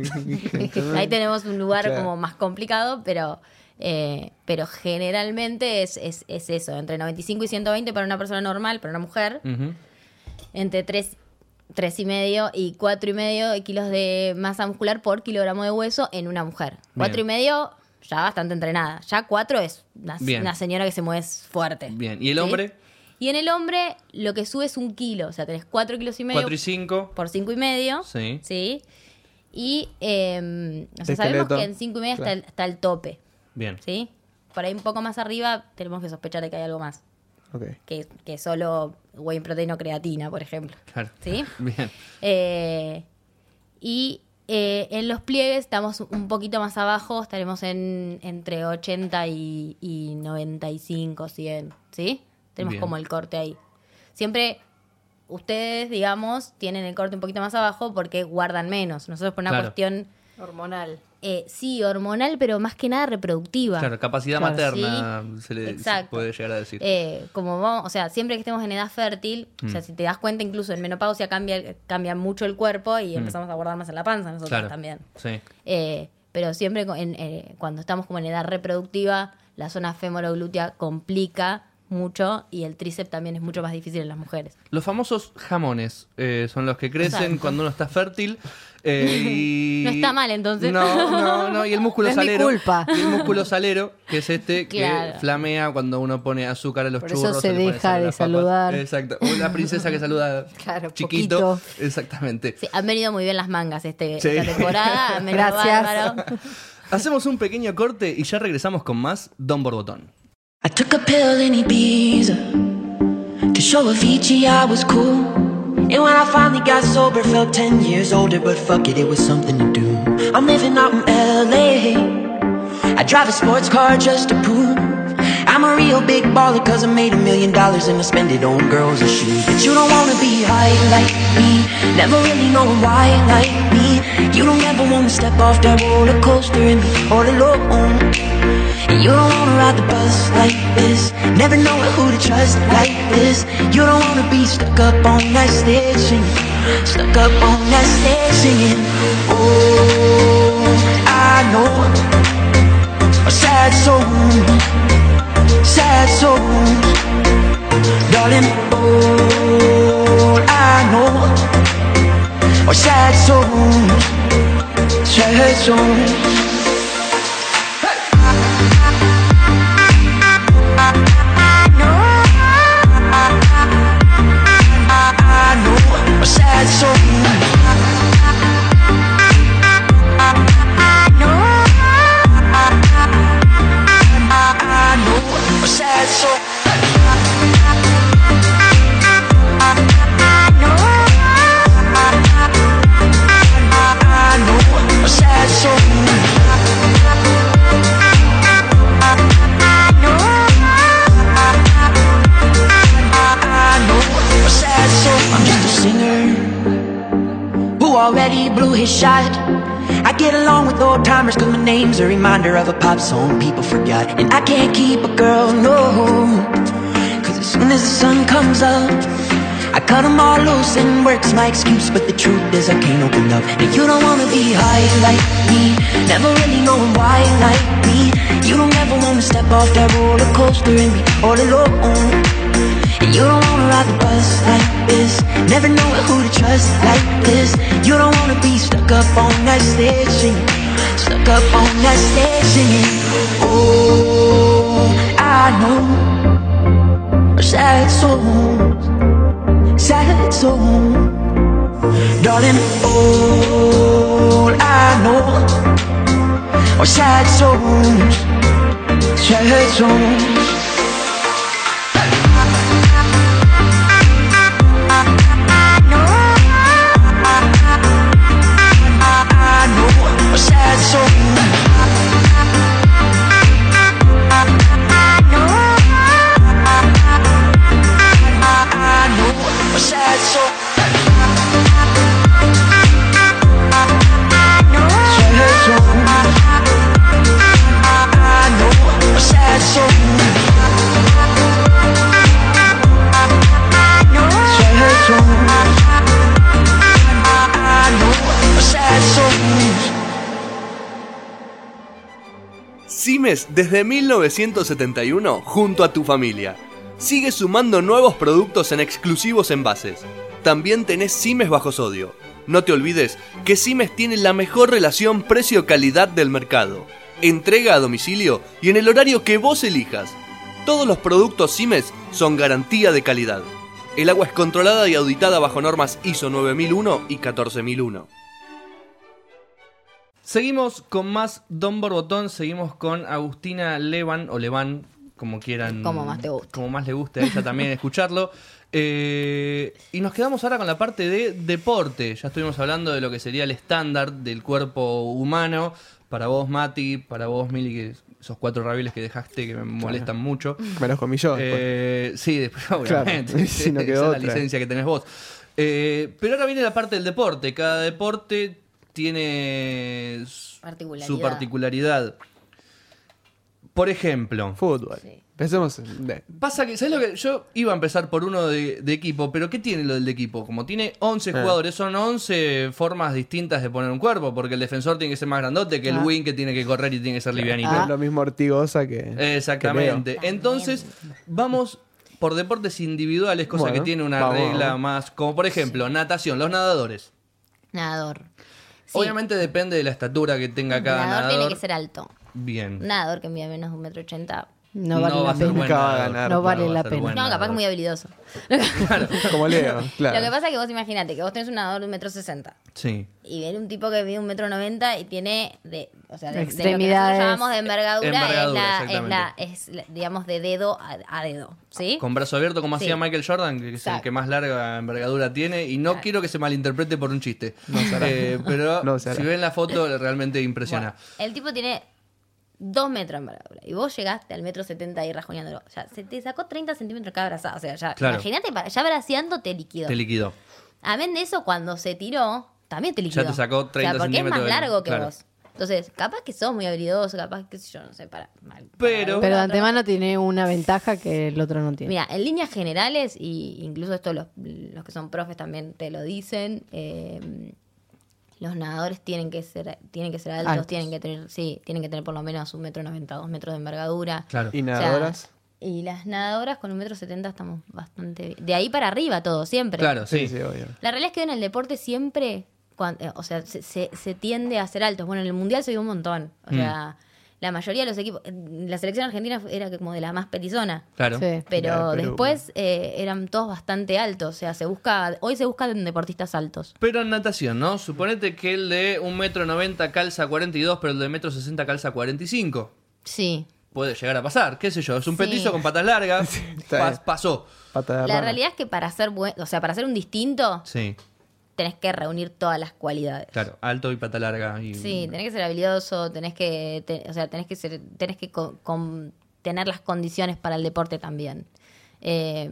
pliegue... Ahí tenemos un lugar Claro. como más complicado, pero, eh, pero generalmente es, es, es eso, entre 95 y 120 para una persona normal, para una mujer, Ujú. entre 3, y medio y 4 y medio kilos de masa muscular por kilogramo de hueso en una mujer. 4 y medio ya bastante entrenada, ya 4 es una, Bien. una señora que se mueve fuerte. Bien. ¿Y el ¿sí? hombre? Y en el hombre lo que sube es un kilo, o sea, tenés 4 kilos y medio 4 y 5. por cinco y medio. Sí. Y eh, o sea, Esqueleto. sabemos que en cinco y medio está, Claro. el, está el tope. Bien. ¿Sí? Por ahí un poco más arriba tenemos que sospechar de que hay algo más. Ok. Que, que solo whey protein o creatina, por ejemplo. Claro. ¿Sí? Bien. Eh, y eh, en los pliegues estamos un poquito más abajo, estaremos en entre 80 y, y 95, 100, ¿sí? Tenemos Bien. como el corte ahí. Siempre ustedes, digamos, tienen el corte un poquito más abajo porque guardan menos. Nosotros por una Claro. cuestión, Hormonal. eh, sí, hormonal, pero más que nada reproductiva. Claro, capacidad Claro, materna sí. se le se Exacto. puede llegar a decir. Eh, como vamos, o sea, siempre que estemos en edad fértil, o Mm. sea, si te das cuenta, incluso en menopausia cambia, cambia mucho el cuerpo y empezamos a guardar más en la panza nosotros Mm. claro. también. Sí. Eh, pero siempre co- en- eh, cuando estamos como en edad reproductiva, la zona femoroglútea complica mucho y el tríceps también es mucho más difícil en las mujeres. Los famosos jamones eh, son los que crecen Exacto. cuando uno está fértil. eh, y- No está mal, entonces. No, no, no. Y el músculo No es mi salero. culpa. y el músculo salero, que es este que Claro. flamea cuando uno pone azúcar a los Por eso churros. se le pone deja sal a de las papas. saludar. Exacto. O la princesa que saluda Claro, chiquito. poquito. Exactamente. Sí, han venido muy bien las mangas este, Sí. esta temporada. han venido Gracias. bárbaro. Hacemos un pequeño corte y ya regresamos con más Don Borbotón. I took a pill in Ibiza to show Avicii I was cool. And when I finally got sober, felt 10 years older, but fuck it, it was something to do. I'm living out in LA. I drive a sports car just to prove I'm a real big baller, cause I made a million dollars and I spend it on girls and shoes. But you don't wanna be high like me, never really know why like me. You don't ever wanna step off that roller coaster and be all alone. You don't wanna ride the bus like this. Never know who to trust like this. You don't wanna be stuck up on that stage singing. Stuck up on that stage singing. Oh, I know. Sad souls, sad souls, darling. All I know are sad souls, sad souls. I know a sad soul. I know. I know a sad soul. I know. I know a sad soul. I know. I know a sad soul. I'm just a singer who already blew his shot. I get along with old timers cause my name's a reminder of a pop song people forgot. And I can't keep a girl, no. Cause as soon as the sun comes up, I cut 'em all loose and work's my excuse. But the truth is, I can't open up. And you don't wanna be high like me, never really knowing why like me. You don't ever wanna step off that roller coaster and be all alone. And you don't wanna ride the bus like this. Never know who to trust like this. You don't wanna be stuck up on that stage singing. Stuck up on that stage singing. Oh, I know. Sad souls, sad souls. Darling, all I know are sad souls, sad souls. Simes desde 1971 junto a tu familia. Sigue sumando nuevos productos en exclusivos envases. También tenés Simes bajo sodio. No te olvides que Simes tiene la mejor relación precio-calidad del mercado. Entrega a domicilio y en el horario que vos elijas. Todos los productos Simes son garantía de calidad. El agua es controlada y auditada bajo normas ISO 9001 y 14001. Seguimos con más Don Borbotón, seguimos con Agustina Levan, o Levan, como quieran. Como más te guste. Como más le guste a ella también escucharlo. Eh, y nos quedamos ahora con la parte de deporte. Ya estuvimos hablando de lo que sería el estándar del cuerpo humano. Para vos, Mati, para vos, Mili, que esos cuatro rabiles que dejaste que me molestan mucho. Me los comí yo. después. Eh, sí, después, obviamente. si no Esa quedó es la otra. licencia que tenés vos. Eh, pero ahora viene la parte del deporte. Cada deporte tiene s- Particularidad. su particularidad. Por ejemplo, Fútbol. Pensemos en- de- pasa que, ¿sabes lo que? Yo iba a empezar por uno de, de equipo, pero ¿qué tiene lo del de equipo? Como tiene Eh. 11 jugadores, son 11 formas distintas de poner un cuerpo, porque el defensor tiene que ser más grandote que el Ah. wing que tiene que correr y tiene que ser livianito. no es lo mismo Ortigosa que. que Exactamente. Entonces, vamos por deportes individuales, cosa Bueno, que tiene una vamos, regla vamos. más, como por ejemplo, natación, los nadadores. Nadador. Sí, Obviamente depende de la estatura que tenga cada nadador, nadador. Mm. tiene que ser alto. Bien. Nadador que mide menos de un metro ochenta. No vale No va la a ser pena. buen Nunca va a nadador. ganar. No vale va a la ser pena. buen No, capaz que nadador. muy habilidoso. Leo. Como Leo, claro. Lo que pasa es que vos imagínate que vos tenés un nadador de un metro sesenta. Sí. Y viene un tipo que mide un metro noventa y tiene de, o sea, de, de lo que Extremidades. nosotros llamamos de envergadura, Envergadura, es, la, es, la, es la- digamos, de dedo a, a dedo, ¿sí? Con brazo abierto, como hacía Sí. Michael Jordan, que es el Exacto. que más larga envergadura tiene. Y no quiero que se malinterprete por un chiste. Eh, pero No se hará. si ven la foto, realmente impresiona. El tipo tiene dos metros de envergadura y vos llegaste al metro setenta y rajoneándolo. O sea, se te sacó 30 centímetros cada brazada. O sea, ya, Claro. imagínate, para- ya braceando te liquidó. Te liquidó. Amén de eso, cuando se tiró, también te liquidó. te sacó O 30 sea, porque es más centímetros de- largo que claro. vos. Entonces, capaz que sos muy habilidoso, capaz que yo no sé, para. mal- para Pero- Pero alguna de otra- antemano tiene una ventaja que el otro no tiene. Mira, en líneas generales, y incluso esto los, los que son profes también te lo dicen, eh, los nadadores tienen que ser, tienen que ser altos, Altos. tienen que tener, sí, tienen que tener por lo menos un metro noventa, dos metros de envergadura. Claro. Y O sea, nadadoras. y las nadadoras con un metro setenta estamos bastante bien. De ahí para arriba todo, siempre. Claro, sí. sí, sí, obvio. La realidad es que en el deporte siempre, cuan- eh, o sea, se, se- se tiende a ser altos. Bueno, en el mundial se vio un montón. O Mm. sea, la mayoría de los equipos, la selección argentina era como de la más petizona. Claro. Sí. Pero Claro, pero- después eh, eran todos bastante altos. O sea, se busca. Hoy se buscan deportistas altos. Pero en natación, ¿no? Suponete que el de 1,90m calza 42, pero el de 1,60m calza 45. Sí. Puede llegar a pasar, qué sé yo. Es un Sí. petizo con patas largas. está Pas- bien. pasó. Pata de La rana. realidad es que para ser buen, o sea, para ser un distinto, Sí, tenés que reunir todas las cualidades. claro. Alto y pata larga. Y... Sí, tenés que ser habilidoso, tenés que, te- o sea, tenés que ser, tenés que co- com- tener las condiciones para el deporte también. Eh,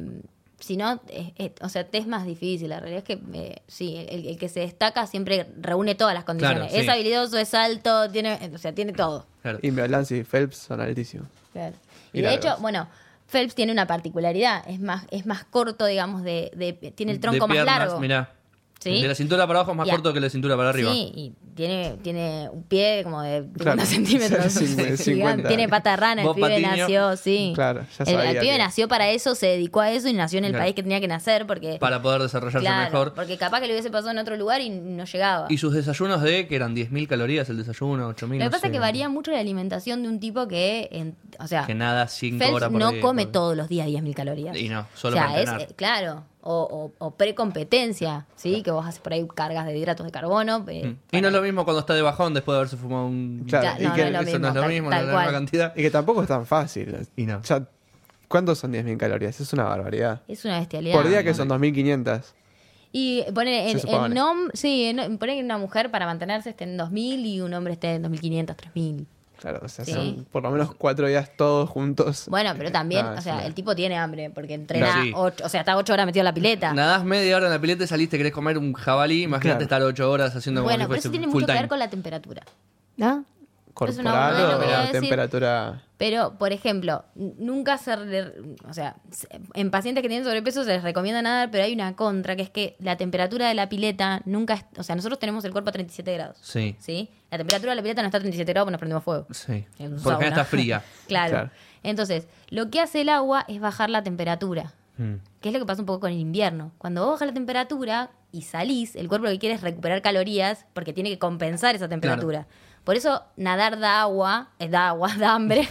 si no, es- es- o sea, te es más difícil. La realidad es que eh, sí, el, el que se destaca siempre reúne todas las condiciones. Claro, sí. Es habilidoso, es alto, tiene, o sea, tiene todo. Claro. Y Meolanzi y Phelps son altísimos. Y, Y de largos. hecho, bueno, Phelps tiene una particularidad, es más, es más corto, digamos, de, de- tiene el tronco de más piernas, largo. Mirá. Sí. El De la cintura para abajo es más Y a- corto que el de cintura para arriba. Sí, y tiene, tiene un pie como de 50 Claro. centímetros. Sí, gigante. 50. Tiene pata de rana, el Vos, pibe Patiño. nació, sí. Claro, ya el, el sabía pibe que- nació para eso, se dedicó a eso y nació en el Claro. país que tenía que nacer porque... Para poder desarrollarse Claro, mejor. porque capaz que le hubiese pasado en otro lugar y no llegaba. Y sus desayunos de, que eran 10.000 calorías el desayuno, 8.000. Lo que no pasa sé, es que varía mucho la alimentación de un tipo que, en- o sea, Que nada, 5 Phelps horas por no día, come por- todos los días 10.000 calorías. Y no, solo o sea, para es, entrenar. eh, Claro, o, o, o precompetencia, ¿sí? Que vos haces por ahí cargas de hidratos de carbono. eh, Y no para- es lo mismo cuando está de bajón después de haberse fumado un. Claro, Ya, y no, que no es lo eso no es mismo, lo tal- mismo, tal no es la misma cual. cantidad. Y que tampoco es tan fácil. Y no. Ya, ¿Cuántos son 10.000 calorías? Es una barbaridad. Es una bestialidad. Por día Ah, que son 2.500. Y poner en, Se supone. en NOM, sí, en- poner que una mujer para mantenerse esté en 2.000 y un hombre esté en 2.500, 3.000. Claro, o sea, Sí. son por lo menos cuatro días todos juntos. Bueno, Eh, pero también, No, ah, es o sea, una- el tipo tiene hambre porque entrena, Sí. ocho- o sea, está 8 horas metido en la pileta. Nadás media hora en la pileta y saliste, querés comer un jabalí. Imagínate Claro. estar 8 horas haciendo como bueno, si pero fuese eso tiene full mucho que time. ver con la temperatura. ¿Ah? es corporal una barbaridad, o lo que voy a decir. temperatura. Pero, por ejemplo, n- nunca se... re- o sea, se- en pacientes que tienen sobrepeso se les recomienda nadar, pero hay una contra, que es que la temperatura de la pileta nunca... es- o sea, nosotros tenemos el cuerpo a 37 grados. Sí. ¿Sí? La temperatura de la pileta no está a 37 grados porque nos prendemos fuego. Sí. En un Por lo general sauna. está fría. claro. Claro. Entonces, lo que hace el agua es bajar la temperatura. Que es lo que pasa un poco con el invierno. Cuando vos bajas la temperatura y salís, el cuerpo lo que quiere es recuperar calorías porque tiene que compensar esa temperatura. Por eso nadar da agua, eh, da agua, da hambre.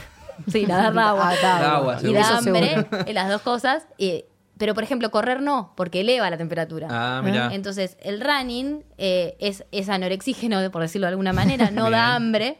Sí, nadar da agua. Ah, da Da agua, agua, y seguro. da Eso seguro. hambre, eh, las dos cosas. eh, pero, por ejemplo, correr no, porque eleva la temperatura. Ah, mirá. ¿Eh? Entonces, el running eh, es, es anorexígeno, por decirlo de alguna manera, no Bien. da hambre.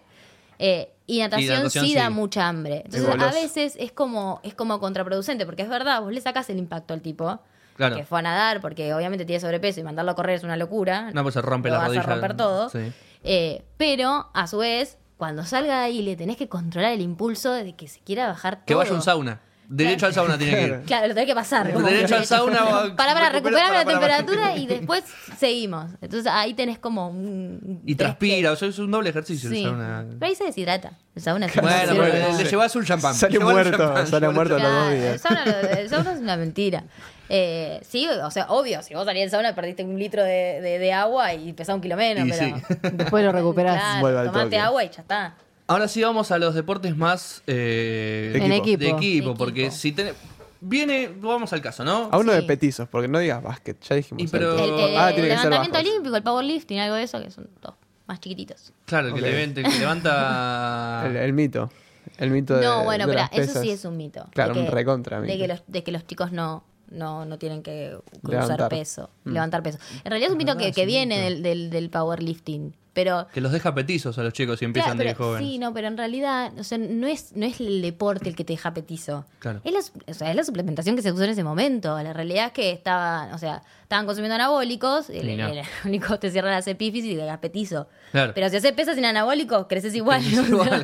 eh, y natación, natación sí, sí. da mucha hambre. Entonces, a goloso. veces es como, es como contraproducente, porque es verdad, vos le sacás el impacto al tipo Claro. que fue a nadar, porque obviamente tiene sobrepeso y mandarlo a correr es una locura. No, pues se rompe Lo la vas rodilla. a romper todo. Sí. Eh, pero, a su vez, cuando salga de ahí, le tenés que controlar el impulso de que se quiera bajar todo. Que vaya a un sauna. Derecho al sauna tiene que ir. Claro, lo tenés que pasar. Derecho al sauna, va- Para, para, recupera- recuperar la para, para, temperatura y después seguimos. Entonces ahí tenés como un... Y transpira, o sea, es un doble ejercicio el Sí. sauna. Pero ahí se deshidrata. El sauna se Bueno, deshidrata. pero le, le llevas un champán. Sale Llevale un muerto, sale champán, llevale muerto un los Claro, dos días. El sauna, lo- el sauna es una mentira. Eh, sí, o sea, obvio, si vos salís del sauna perdiste un litro de, de- de agua y pesás un kilo menos, Y pero... sí. Después lo recuperás. Claro, Vuelve al tomate toque. agua y ya está. champán. Ahora sí vamos a los deportes más eh, En equipo. de equipo, Equipo. porque si tenés... Viene, vamos al caso, ¿no? A uno de Sí. petizos, porque no digas básquet, ya dijimos. Y pero- El, antes. el- ah, tiene el que ser levantamiento bajos. olímpico, el powerlifting, algo de eso, que son dos más chiquititos. Claro, el que, Ok. levanta- el que levanta... El, el mito. El mito de. No, bueno, de pero las eso sí pesas. es un mito. Claro, De un que- recontra mito. De que los, de que los chicos no, no, no tienen que cruzar Levantar. Mm. peso, levantar peso. En realidad es un mito que, que viene del, del, del powerlifting, pero... Que los deja petizos a los chicos y empiezan Claro, de pero- jóvenes. sí, no, pero en realidad, o sea, no es, no es el deporte el que te deja petizo. Claro. Es la, su- o sea, es la suplementación que se usó en ese momento. La realidad es que estaban, o sea, estaban consumiendo anabólicos, el, Y no. el anabólico te cierra las epífisis y te das petizo. Claro. Pero si haces pesas sin anabólicos, creces igual. Creces o sea, igual,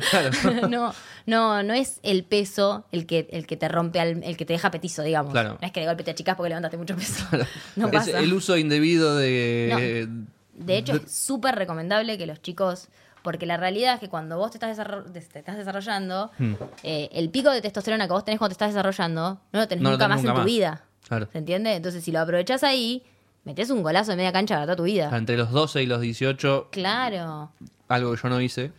claro. no, no, no es el peso el que, el que te rompe al- el que te deja petizo, digamos. Claro. No es que de golpe te achicas porque levantaste mucho peso. No Es pasa. el uso indebido de... De hecho, es súper recomendable que los chicos, Porque la realidad es que cuando vos te estás, desarro- des- te estás desarrollando, Hmm. eh, el pico de testosterona que vos tenés cuando te estás desarrollando, no lo tenés No lo nunca tenés más nunca en tu más. vida. Claro. ¿Se entiende? Entonces, si lo aprovechás ahí, metés un golazo de media cancha para toda tu vida. Entre los 12 y los 18, Claro. algo que yo no hice.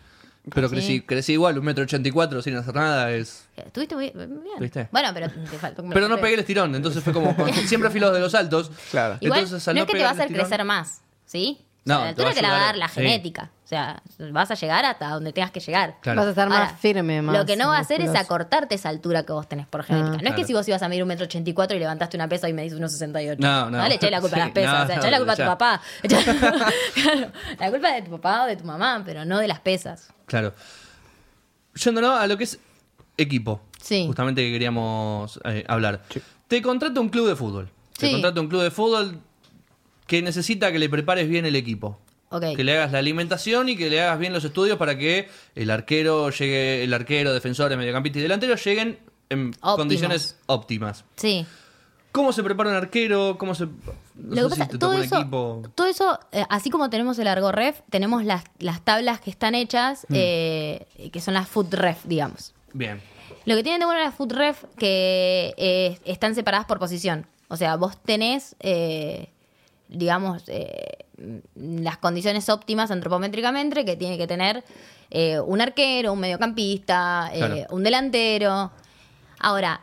Pero Sí. crecí, crecí igual, un metro ochenta y cuatro sin hacer nada es... Estuviste muy bien. ¿Viste? Bueno, pero te faltó. Pero no pegué el estirón, entonces fue como... Siempre fui los de los altos. Claro. Igual, Entonces, al no no es que te va pegar a el hacer estirón- crecer más, ¿sí? O No, sea, la te altura va a te la va a ayudar, dar la sí. genética. O sea, vas a llegar hasta donde tengas que llegar. Claro. Vas a estar más Ahora, firme, más. Lo que no va a hacer es musculoso. acortarte esa altura que vos tenés por genética. Ah. no es Claro. que si vos ibas a medir un metro ochenta y cuatro y levantaste una pesa y me dices unos sesenta y ocho. No, no. No le echás la culpa a Sí, las pesas. no, o sea, no, echás la culpa a ya. tu papá. Claro, la culpa es de tu papá o de tu mamá, pero no de las pesas. Claro. Yéndonos a lo que es equipo. Sí. Justamente que queríamos eh, hablar. Te contrata un club de fútbol. Te Sí. contrata un club de fútbol que necesita que le prepares bien el equipo. Ok. Que le hagas la alimentación y que le hagas bien los estudios para que el arquero llegue, el arquero, defensores, mediocampistas y delanteros lleguen en Óptimos. condiciones óptimas. Sí. ¿Cómo se prepara un arquero? ¿Cómo se no Lo sé que si pasa, te todo, tocó un eso, equipo? todo eso, eh, así como tenemos el Argo Ref, tenemos las, las tablas que están hechas, Mm. eh, que son las Food Ref, digamos. Bien. Lo que tienen de bueno las Food Ref, que eh, están separadas por posición. O sea, vos tenés, eh, digamos, eh, mm, las condiciones óptimas antropométricamente que tiene que tener eh, un arquero, un mediocampista, eh, Claro. un delantero. Ahora,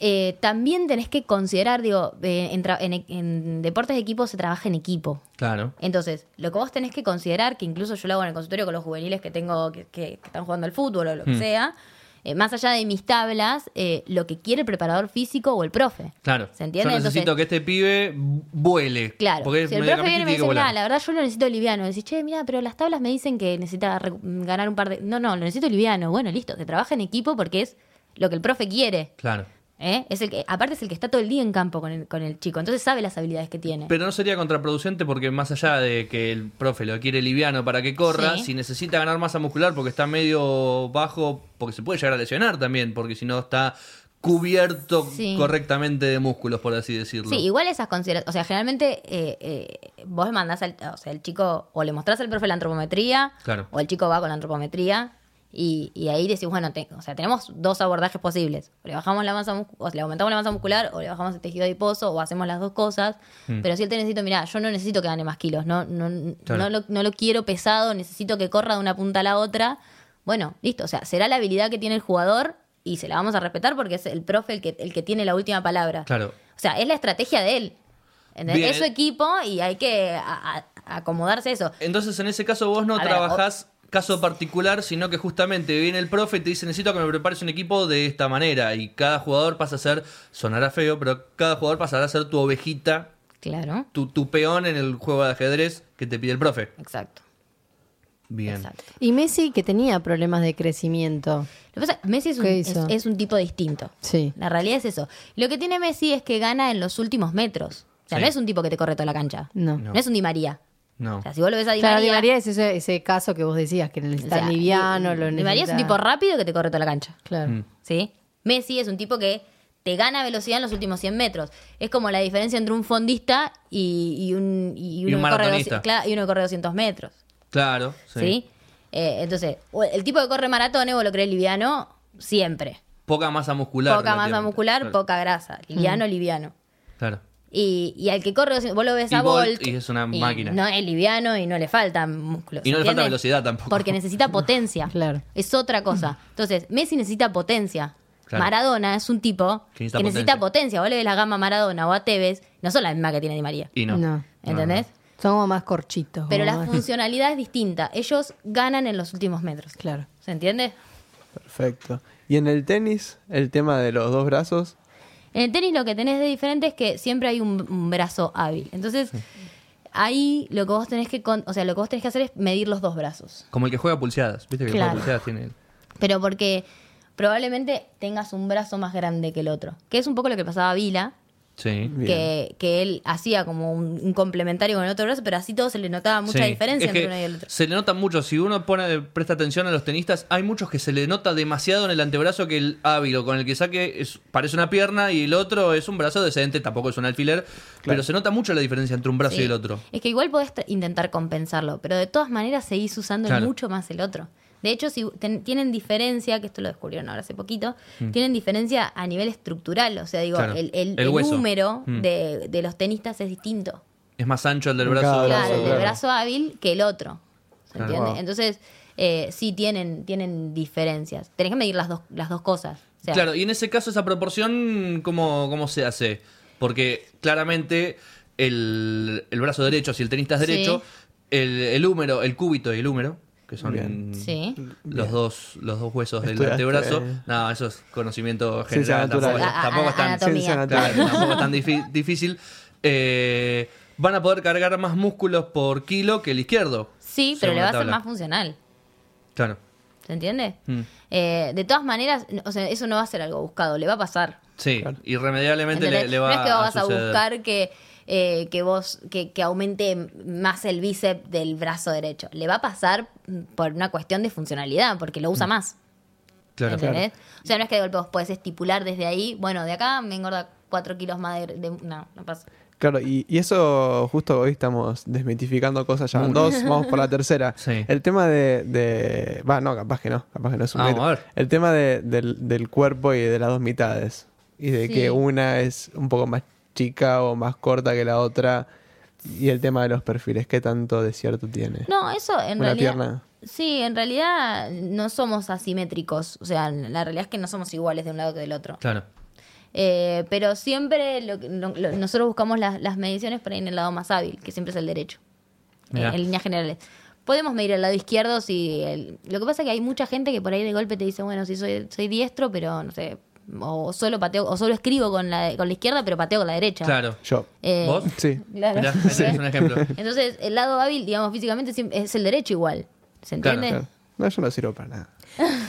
eh, también tenés que considerar, digo, eh, en, tra- en- en deportes de equipo se trabaja en equipo. Claro. Entonces, lo que vos tenés que considerar, que incluso yo lo hago en el consultorio con los juveniles que tengo, que, que- que están jugando al fútbol o lo que Hmm. sea, eh, más allá de mis tablas, eh, lo que quiere el preparador físico o el profe. Claro. ¿Se entiende? Yo necesito Entonces, que este pibe vuele. Claro, Porque si el profe mediocampista viene y me tiene que dice, volar. "Mirá, la verdad yo lo necesito liviano, decís, che, mira, pero las tablas me dicen que necesita recu- ganar un par de... No, no, lo necesito liviano, bueno, listo, se trabaja en equipo porque es lo que el profe quiere. Claro. ¿eh? Es el que, aparte es el que está todo el día en campo con el, con el chico, entonces sabe las habilidades que tiene. Pero no sería contraproducente porque más allá de que el profe lo quiere liviano para que corra, Sí. si necesita ganar masa muscular porque está medio bajo, porque se puede llegar a lesionar también, porque si no está cubierto Sí. correctamente de músculos, por así decirlo. Sí, igual esas consideraciones. O sea, generalmente eh, eh, vos mandás al. O sea, el chico. O le mostrás al profe la antropometría. Claro. O el chico va con la antropometría. Y, y ahí decís, bueno, te- o sea, tenemos dos abordajes posibles. O le bajamos la masa muscu- o le aumentamos la masa muscular, o le bajamos el tejido adiposo, o hacemos las dos cosas. Mm. Pero si él te necesito, mira, yo no necesito que gane más kilos, no, no, Claro. no, lo, no lo quiero pesado, necesito que corra de una punta a la otra. Bueno, listo, o sea, será la habilidad que tiene el jugador y se la vamos a respetar porque es el profe el que, el que tiene la última palabra. Claro. O sea, es la estrategia de él. ¿Entendés? Bien. Es su equipo y hay que a- a- acomodarse a eso. Entonces, en ese caso, vos no A ver, trabajás caso particular, sino que justamente viene el profe y te dice: Necesito que me prepares un equipo de esta manera. Y cada jugador pasa a ser, sonará feo, pero cada jugador pasará a ser tu ovejita, Claro. tu, tu peón en el juego de ajedrez que te pide el profe. Exacto. Bien. exacto. Y Messi, que tenía problemas de crecimiento. Lo que pasa es que Messi es un, ¿Qué es, hizo? es un tipo distinto. Sí. La realidad es eso. Lo que tiene Messi es que gana en los últimos metros. O sea, Sí. no es un tipo que te corre toda la cancha. No. No, es un Di María. No. O sea, si vos lo ves a Di Claro, Di María. María es ese, ese caso que vos decías, que o necesita sea, liviano, lo Di María es necesita- un tipo rápido que te corre toda la cancha. Claro. Mm. ¿sí? Messi es un tipo que te gana velocidad en los últimos 100 metros. Es como la diferencia entre un fondista y, y un, y uno un que corre maratonista. 200 claro, y uno que corre 200 metros, Claro, sí. ¿sí? Eh, entonces, o el tipo que corre maratones, vos lo crees liviano, siempre. Poca masa muscular. poca masa relativamente. muscular, Claro, poca grasa. Liviano, liviano. Claro. Y, y al que corre, 200 vos lo ves Y a Bolt, Bolt. y es una máquina. No es liviano y no le faltan músculos. Y no le falta ¿entiendes? velocidad tampoco. Porque necesita potencia. Claro. Es otra cosa. Entonces, Messi necesita potencia. Claro. Maradona es un tipo Que que necesita necesita, potencia. Vos le ves la gama a Maradona o a Tevez, no son la misma que tiene Di María. Y no. No. ¿Entendés? Son como más corchitos. Pero como la más- funcionalidad es distinta. Ellos ganan en los últimos metros. Claro. ¿Se entiende? Perfecto. Y en el tenis, el tema de los dos brazos. En el tenis lo que tenés de diferente es que siempre hay un, un brazo hábil. Entonces, ahí lo que vos tenés que con- o sea, lo que vos tenés que hacer es medir los dos brazos. Como el que juega pulseadas. Viste que el Claro. que juega pulseadas tiene. Pero porque probablemente tengas un brazo más grande que el otro. Que es un poco lo que pasaba a Vila, Sí. Bien. que, que él hacía como un, un complementario con el otro brazo, pero así todo se le notaba mucha Sí. diferencia Es que entre uno y el otro. Se le nota mucho. Si uno pone, presta atención a los tenistas, hay muchos que se le nota demasiado en el antebrazo que el hábilo con el que saque es- parece una pierna y el otro es un brazo decente, tampoco es un alfiler, pero se nota mucho la diferencia entre un brazo Sí. y el otro. Eh, Es que igual podés tra- intentar compensarlo, pero de todas maneras seguís usando Claro. mucho más el otro. De hecho, si ten- tienen diferencia, que esto lo descubrieron ahora hace poquito, tienen diferencia a nivel estructural. O sea, digo, Mm. Claro. el, el- El el hueso. número Mm. de, de los tenistas es distinto. Es más ancho el del En brazo. cada Claro, brazo, el del claro. brazo hábil que el otro. ¿Se Claro. entiende? Wow. Entonces, eh, sí tienen, tienen diferencias. Tenés que medir las dos, las dos cosas. O sea, Claro, y en ese caso esa proporción, ¿cómo, cómo se hace? Porque claramente el, el brazo derecho, si el tenista es Sí. derecho, el, el húmero, el cúbito y el húmero, que son Bien. Sí. los dos los dos huesos del Estudiaste. antebrazo. No, eso es conocimiento Sí, sea general, tampoco, natural. A- a- tampoco es tan- Ah, anatomía. Ciencia natural. Claro, tampoco es tan difi- difícil. Eh, van a poder cargar más músculos por kilo que el izquierdo. Sí, pero según le va la a ser tabla. más funcional. Claro. ¿Se entiende? Mm. Eh, de todas maneras, n- o sea, eso no va a ser algo buscado, le va a pasar. Sí, irremediablemente le, ¿entendés? le va no es que vas a, suceder. buscar que, eh, que vos que, que aumente más el bíceps del brazo derecho. Le va a pasar por una cuestión de funcionalidad, porque lo usa más. Mm. Claro. ¿entendés? O sea, no es que de golpe vos podés estipular desde ahí, bueno, de acá me engorda cuatro kilos más de... de- no, no pasa. Claro, y, y eso justo hoy estamos desmitificando cosas, ya van dos, vamos por la tercera. Sí. El tema de, de... Va, no, capaz que no, capaz que no es un Vamos mito. a ver. El tema de- del, del cuerpo y de las dos mitades. Y de Sí. que una es un poco más chica o más corta que la otra. Y el tema de los perfiles, ¿qué tanto desierto tiene? No, eso en Una realidad. pierna. Sí, en realidad no somos asimétricos. O sea, la realidad es que no somos iguales de un lado que del otro. Claro. Eh, pero siempre lo que- lo- lo- nosotros buscamos las, las mediciones por ahí en el lado más hábil, que siempre es el derecho. eh, Mirá. en líneas generales. Podemos medir el lado izquierdo si. el- lo que pasa es que hay mucha gente que por ahí de golpe te dice, bueno, sí, soy, soy diestro, pero no sé. O solo pateo, o solo escribo con la, con la izquierda, pero pateo con la derecha. Claro. Yo. Eh, ¿Vos? Sí. Claro. Mirá, ahí tenés un ejemplo. Entonces, el lado hábil, digamos, físicamente siem- es el derecho igual. ¿Se Claro, entiende? Claro. No, yo no sirvo para nada.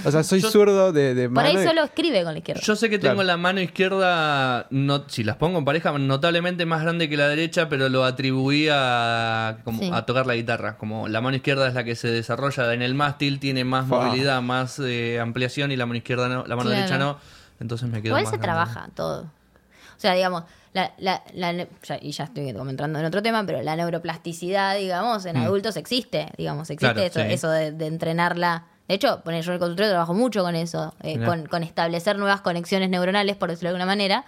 O sea, soy zurdo de, de Por mano. ahí y- solo escribe con la izquierda. Yo sé que tengo Claro. la mano izquierda, no, si las pongo en pareja, notablemente más grande que la derecha, pero lo atribuí a, como- Sí. a tocar la guitarra. Como la mano izquierda es la que se desarrolla en el mástil, tiene más Fa. movilidad, más eh, ampliación y la mano izquierda no, la mano Claro. derecha no. Entonces me quedo Igual más se grande. trabaja todo. O sea, digamos, la, la, la ne- ya- y ya estoy como entrando en otro tema, pero la neuroplasticidad, digamos, en adultos existe. Digamos, existe Mm. Claro, eso, sí. eso de, de entrenarla. De hecho, poner yo en el consultorio trabajo mucho con eso, eh, Mirá. con, con establecer nuevas conexiones neuronales, por decirlo de alguna manera,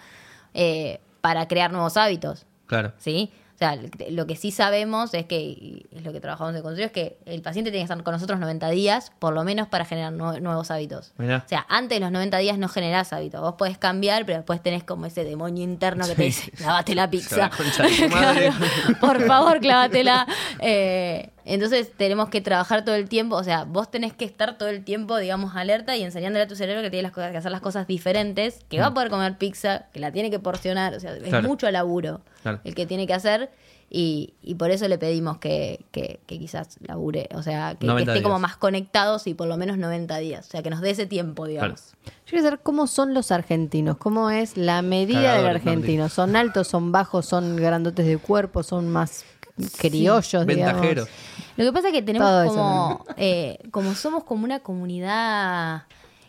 eh, para crear nuevos hábitos. Claro. ¿sí? O sea, lo que sí sabemos es que, y es lo que trabajamos en el consultorio, es que el paciente tiene que estar con nosotros 90 días, por lo menos para generar nue- nuevos hábitos. Mirá. O sea, antes de los 90 días no generás hábitos. Vos podés cambiar, pero después tenés como ese demonio interno que te dice, clávate la pizza. la concha de tu madre. Claro, por favor, clávatela. Eh, entonces tenemos que trabajar todo el tiempo. O sea, vos tenés que estar todo el tiempo, digamos, alerta y enseñándole a tu cerebro que tiene las cosas, que hacer las cosas diferentes, que va a poder comer pizza, que la tiene que porcionar. O sea, es Mm. Claro. mucho laburo Claro. el que tiene que hacer y, y por eso le pedimos que, que- que quizás labure, o sea, que, que 90 esté como días. más conectados y por lo menos 90 días, o sea, que nos dé ese tiempo, digamos. Yo quiero saber cómo son los argentinos, cómo es la medida del Cagadores, argentino. ¿Son altos, son bajos, son grandotes de cuerpo, son más criollos, digamos? Ventajeros. Lo que pasa es que tenemos Todo eso, como, eh, como somos como una comunidad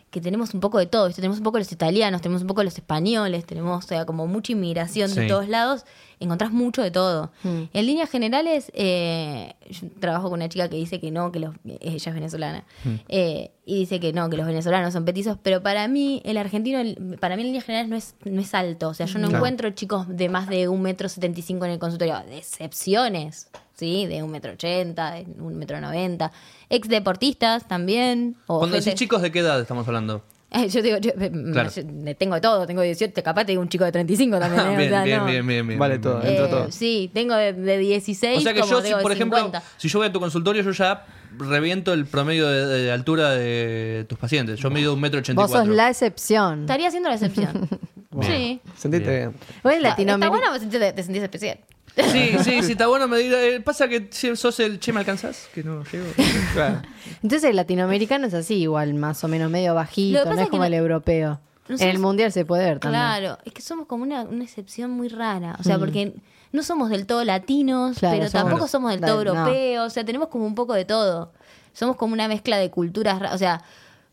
que tenemos un poco de todo, ¿viste? tenemos un poco los italianos, tenemos un poco los españoles, tenemos o sea, como mucha inmigración de Sí. todos lados, encontrás mucho de todo. En líneas generales, eh, yo trabajo con una chica que dice que no, que los, ella es venezolana, Mm. eh, y dice que no, que los venezolanos son petizos, pero para mí el argentino, el- para mí en líneas generales no es, no es alto, o sea, yo no Claro. encuentro chicos de más de un metro setenta y cinco en el consultorio, de excepciones. Sí, de un metro ochenta, de un metro noventa. Ex deportistas también. O Cuando gente- decís chicos, ¿de qué edad estamos hablando? eh, Yo digo, yo, eh, Claro. yo le tengo de todo, tengo 18, capaz te digo un chico de 35 también. ¿eh? O Ah, bien, sea, bien, no. bien, bien, bien, Vale bien, todo, bien. Eh, entra todo. sí, tengo de, de 16. O sea que como yo, si, digo, de por ejemplo, 50. si yo voy a tu consultorio, yo ya reviento el promedio de, de altura de tus pacientes. Yo mido un metro ochenta y Vos sos cuatro. la excepción. Estaría haciendo la excepción. Sí. Sentiste Bien. bien. Vos en Está Latinoamérica. bueno, vos te, te sentís especial. Sí, sí, sí, está bueno medir. eh, pasa que si sos el che, ¿me alcanzás? Que no llego. Claro. Entonces el latinoamericano es así, igual, más o menos medio Lo bajito, que no pasa es es que como no- el europeo. en el somos- mundial se puede ver también. Mm. Claro, es que somos como una, una excepción muy rara. O sea, porque no somos del todo latinos, Claro, pero somos- tampoco somos del todo no. europeos. O sea, tenemos como un poco de todo. Somos como una mezcla de culturas. ra- O sea,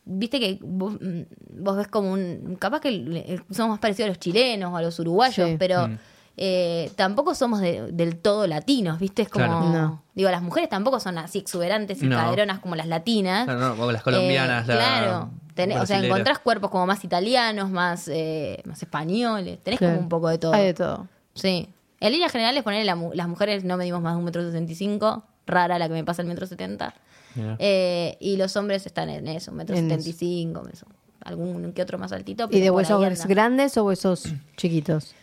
viste que vos, mm, vos ves como un. Capaz que le- eh, somos más parecidos a los chilenos o a los uruguayos, Sí. pero. Mm. eh, tampoco somos de- del todo latinos, ¿viste? Es como. Claro. No. Digo, las mujeres tampoco son así exuberantes y No. caderonas como las latinas. Eh, Claro, no, como las colombianas, la- Claro. Tenés- o sea, brasileras. encontrás cuerpos como más italianos, más, eh, más españoles. Tenés Claro. como un poco de todo. Hay de todo. Sí. En líneas generales, poner las mujeres no medimos más de un metro sesenta y cinco. Rara la que me pasa el metro setenta. Mira. Eh, y los hombres están en eso, un metro En setenta y cinco. eso. Algún que otro más altito. ¿Y pero de por ahí huesos anda. grandes o huesos chiquitos?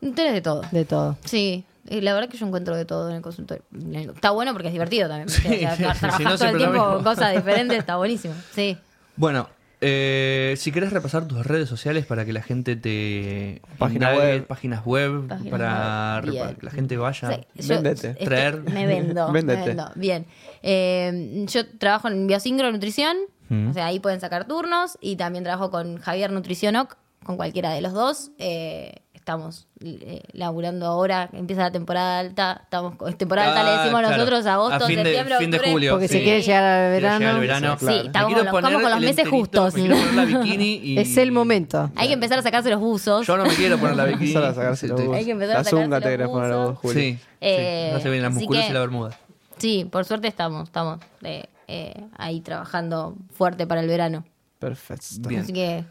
Tenés de todo. De todo. Sí, y la verdad que yo encuentro de todo en el consultorio. En el- Está bueno porque es divertido también. ¿viste? O sea, sí, tra- sí, trabajar si no, todo el siempre lo tiempo con mismo. cosas diferentes está buenísimo. Sí. Bueno, eh, si querés repasar tus redes sociales para que la gente te. Página indague, web. Páginas web, Páginas para web, repa- bien. que la gente vaya. Sí, yo- Vendete. estoy- Traer. Me vendo. me Vendete. vendo. Bien. Eh, yo trabajo en Biosincro Nutrición. O sea, ahí pueden sacar turnos. Y también trabajo con Javier Nutrición Oc, con cualquiera de los dos. Eh, estamos eh, laburando ahora. Empieza la temporada alta. Estamos, con- temporada alta le Ah, decimos claro. nosotros agosto, A fin de- septiembre, fin de octubre. julio, Porque se sí. quiere llegar al Quiero verano. llegar al verano. Sí, Me estamos quiero con los- estamos poner con los el meses enterito, justos. Me quiero poner la bikini y- Es el momento. Hay que empezar a sacarse los buzos. Yo no me quiero poner la Hay que bikini. empezar a sacarse los Hay que buzos. empezar a La zunga sacarse te querés los poner a vos, buzos. Juli. Sí, sí. Eh, No se ven las así musculas que- y la bermuda. Sí, por suerte estamos, estamos eh, eh, ahí trabajando fuerte para el verano. Perfecto. Bien. Así que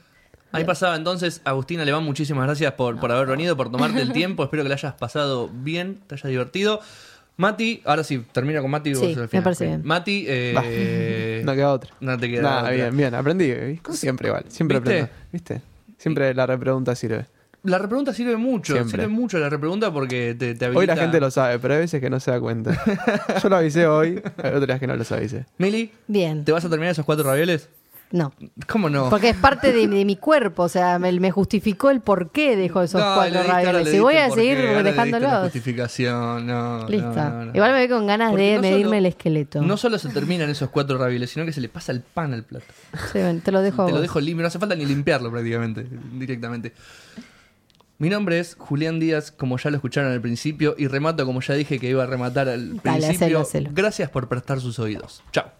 Ahí pasaba entonces, Agustina Alemán, muchísimas gracias por, por haber venido, por tomarte el tiempo. Espero que la hayas pasado bien, te hayas divertido. Mati, ahora sí, termino con Mati. vos Sí, al me final. parece bien. Mati, eh, No queda otra. No te queda Nah, otra. bien, bien. Aprendí. ¿eh? Siempre igual. Siempre ¿Viste? aprendo. ¿Viste? Siempre la repregunta sirve. La repregunta sirve mucho, Siempre. sirve mucho la repregunta porque te, te Hoy la habilita- gente lo sabe, pero hay veces que no se da cuenta. Yo lo avisé hoy, hay otras que no los avisé. Mili, Bien. ¿te vas a terminar esos cuatro ravioles? No. ¿Cómo no? Porque es parte de, de mi cuerpo, o sea, me, me justificó el por qué dejó esos No, le cuatro diste, ahora le ravioles. Y diste voy a porque, seguir ahora le diste la dejándolos. justificación, no. no, Listo. no, no. Igual me voy con ganas Porque de no medirme solo- el esqueleto. No solo se terminan esos cuatro ravioles, sino que se le pasa el pan al plato. Sí, bueno, te lo dejo. a Te lo vos. dejo limpio, no hace falta ni limpiarlo prácticamente, directamente. Mi nombre es Julián Díaz, como ya lo escucharon al principio, y remato como ya dije que iba a rematar al Dale, principio. hacelo, hacelo. Gracias por prestar sus oídos. Chao.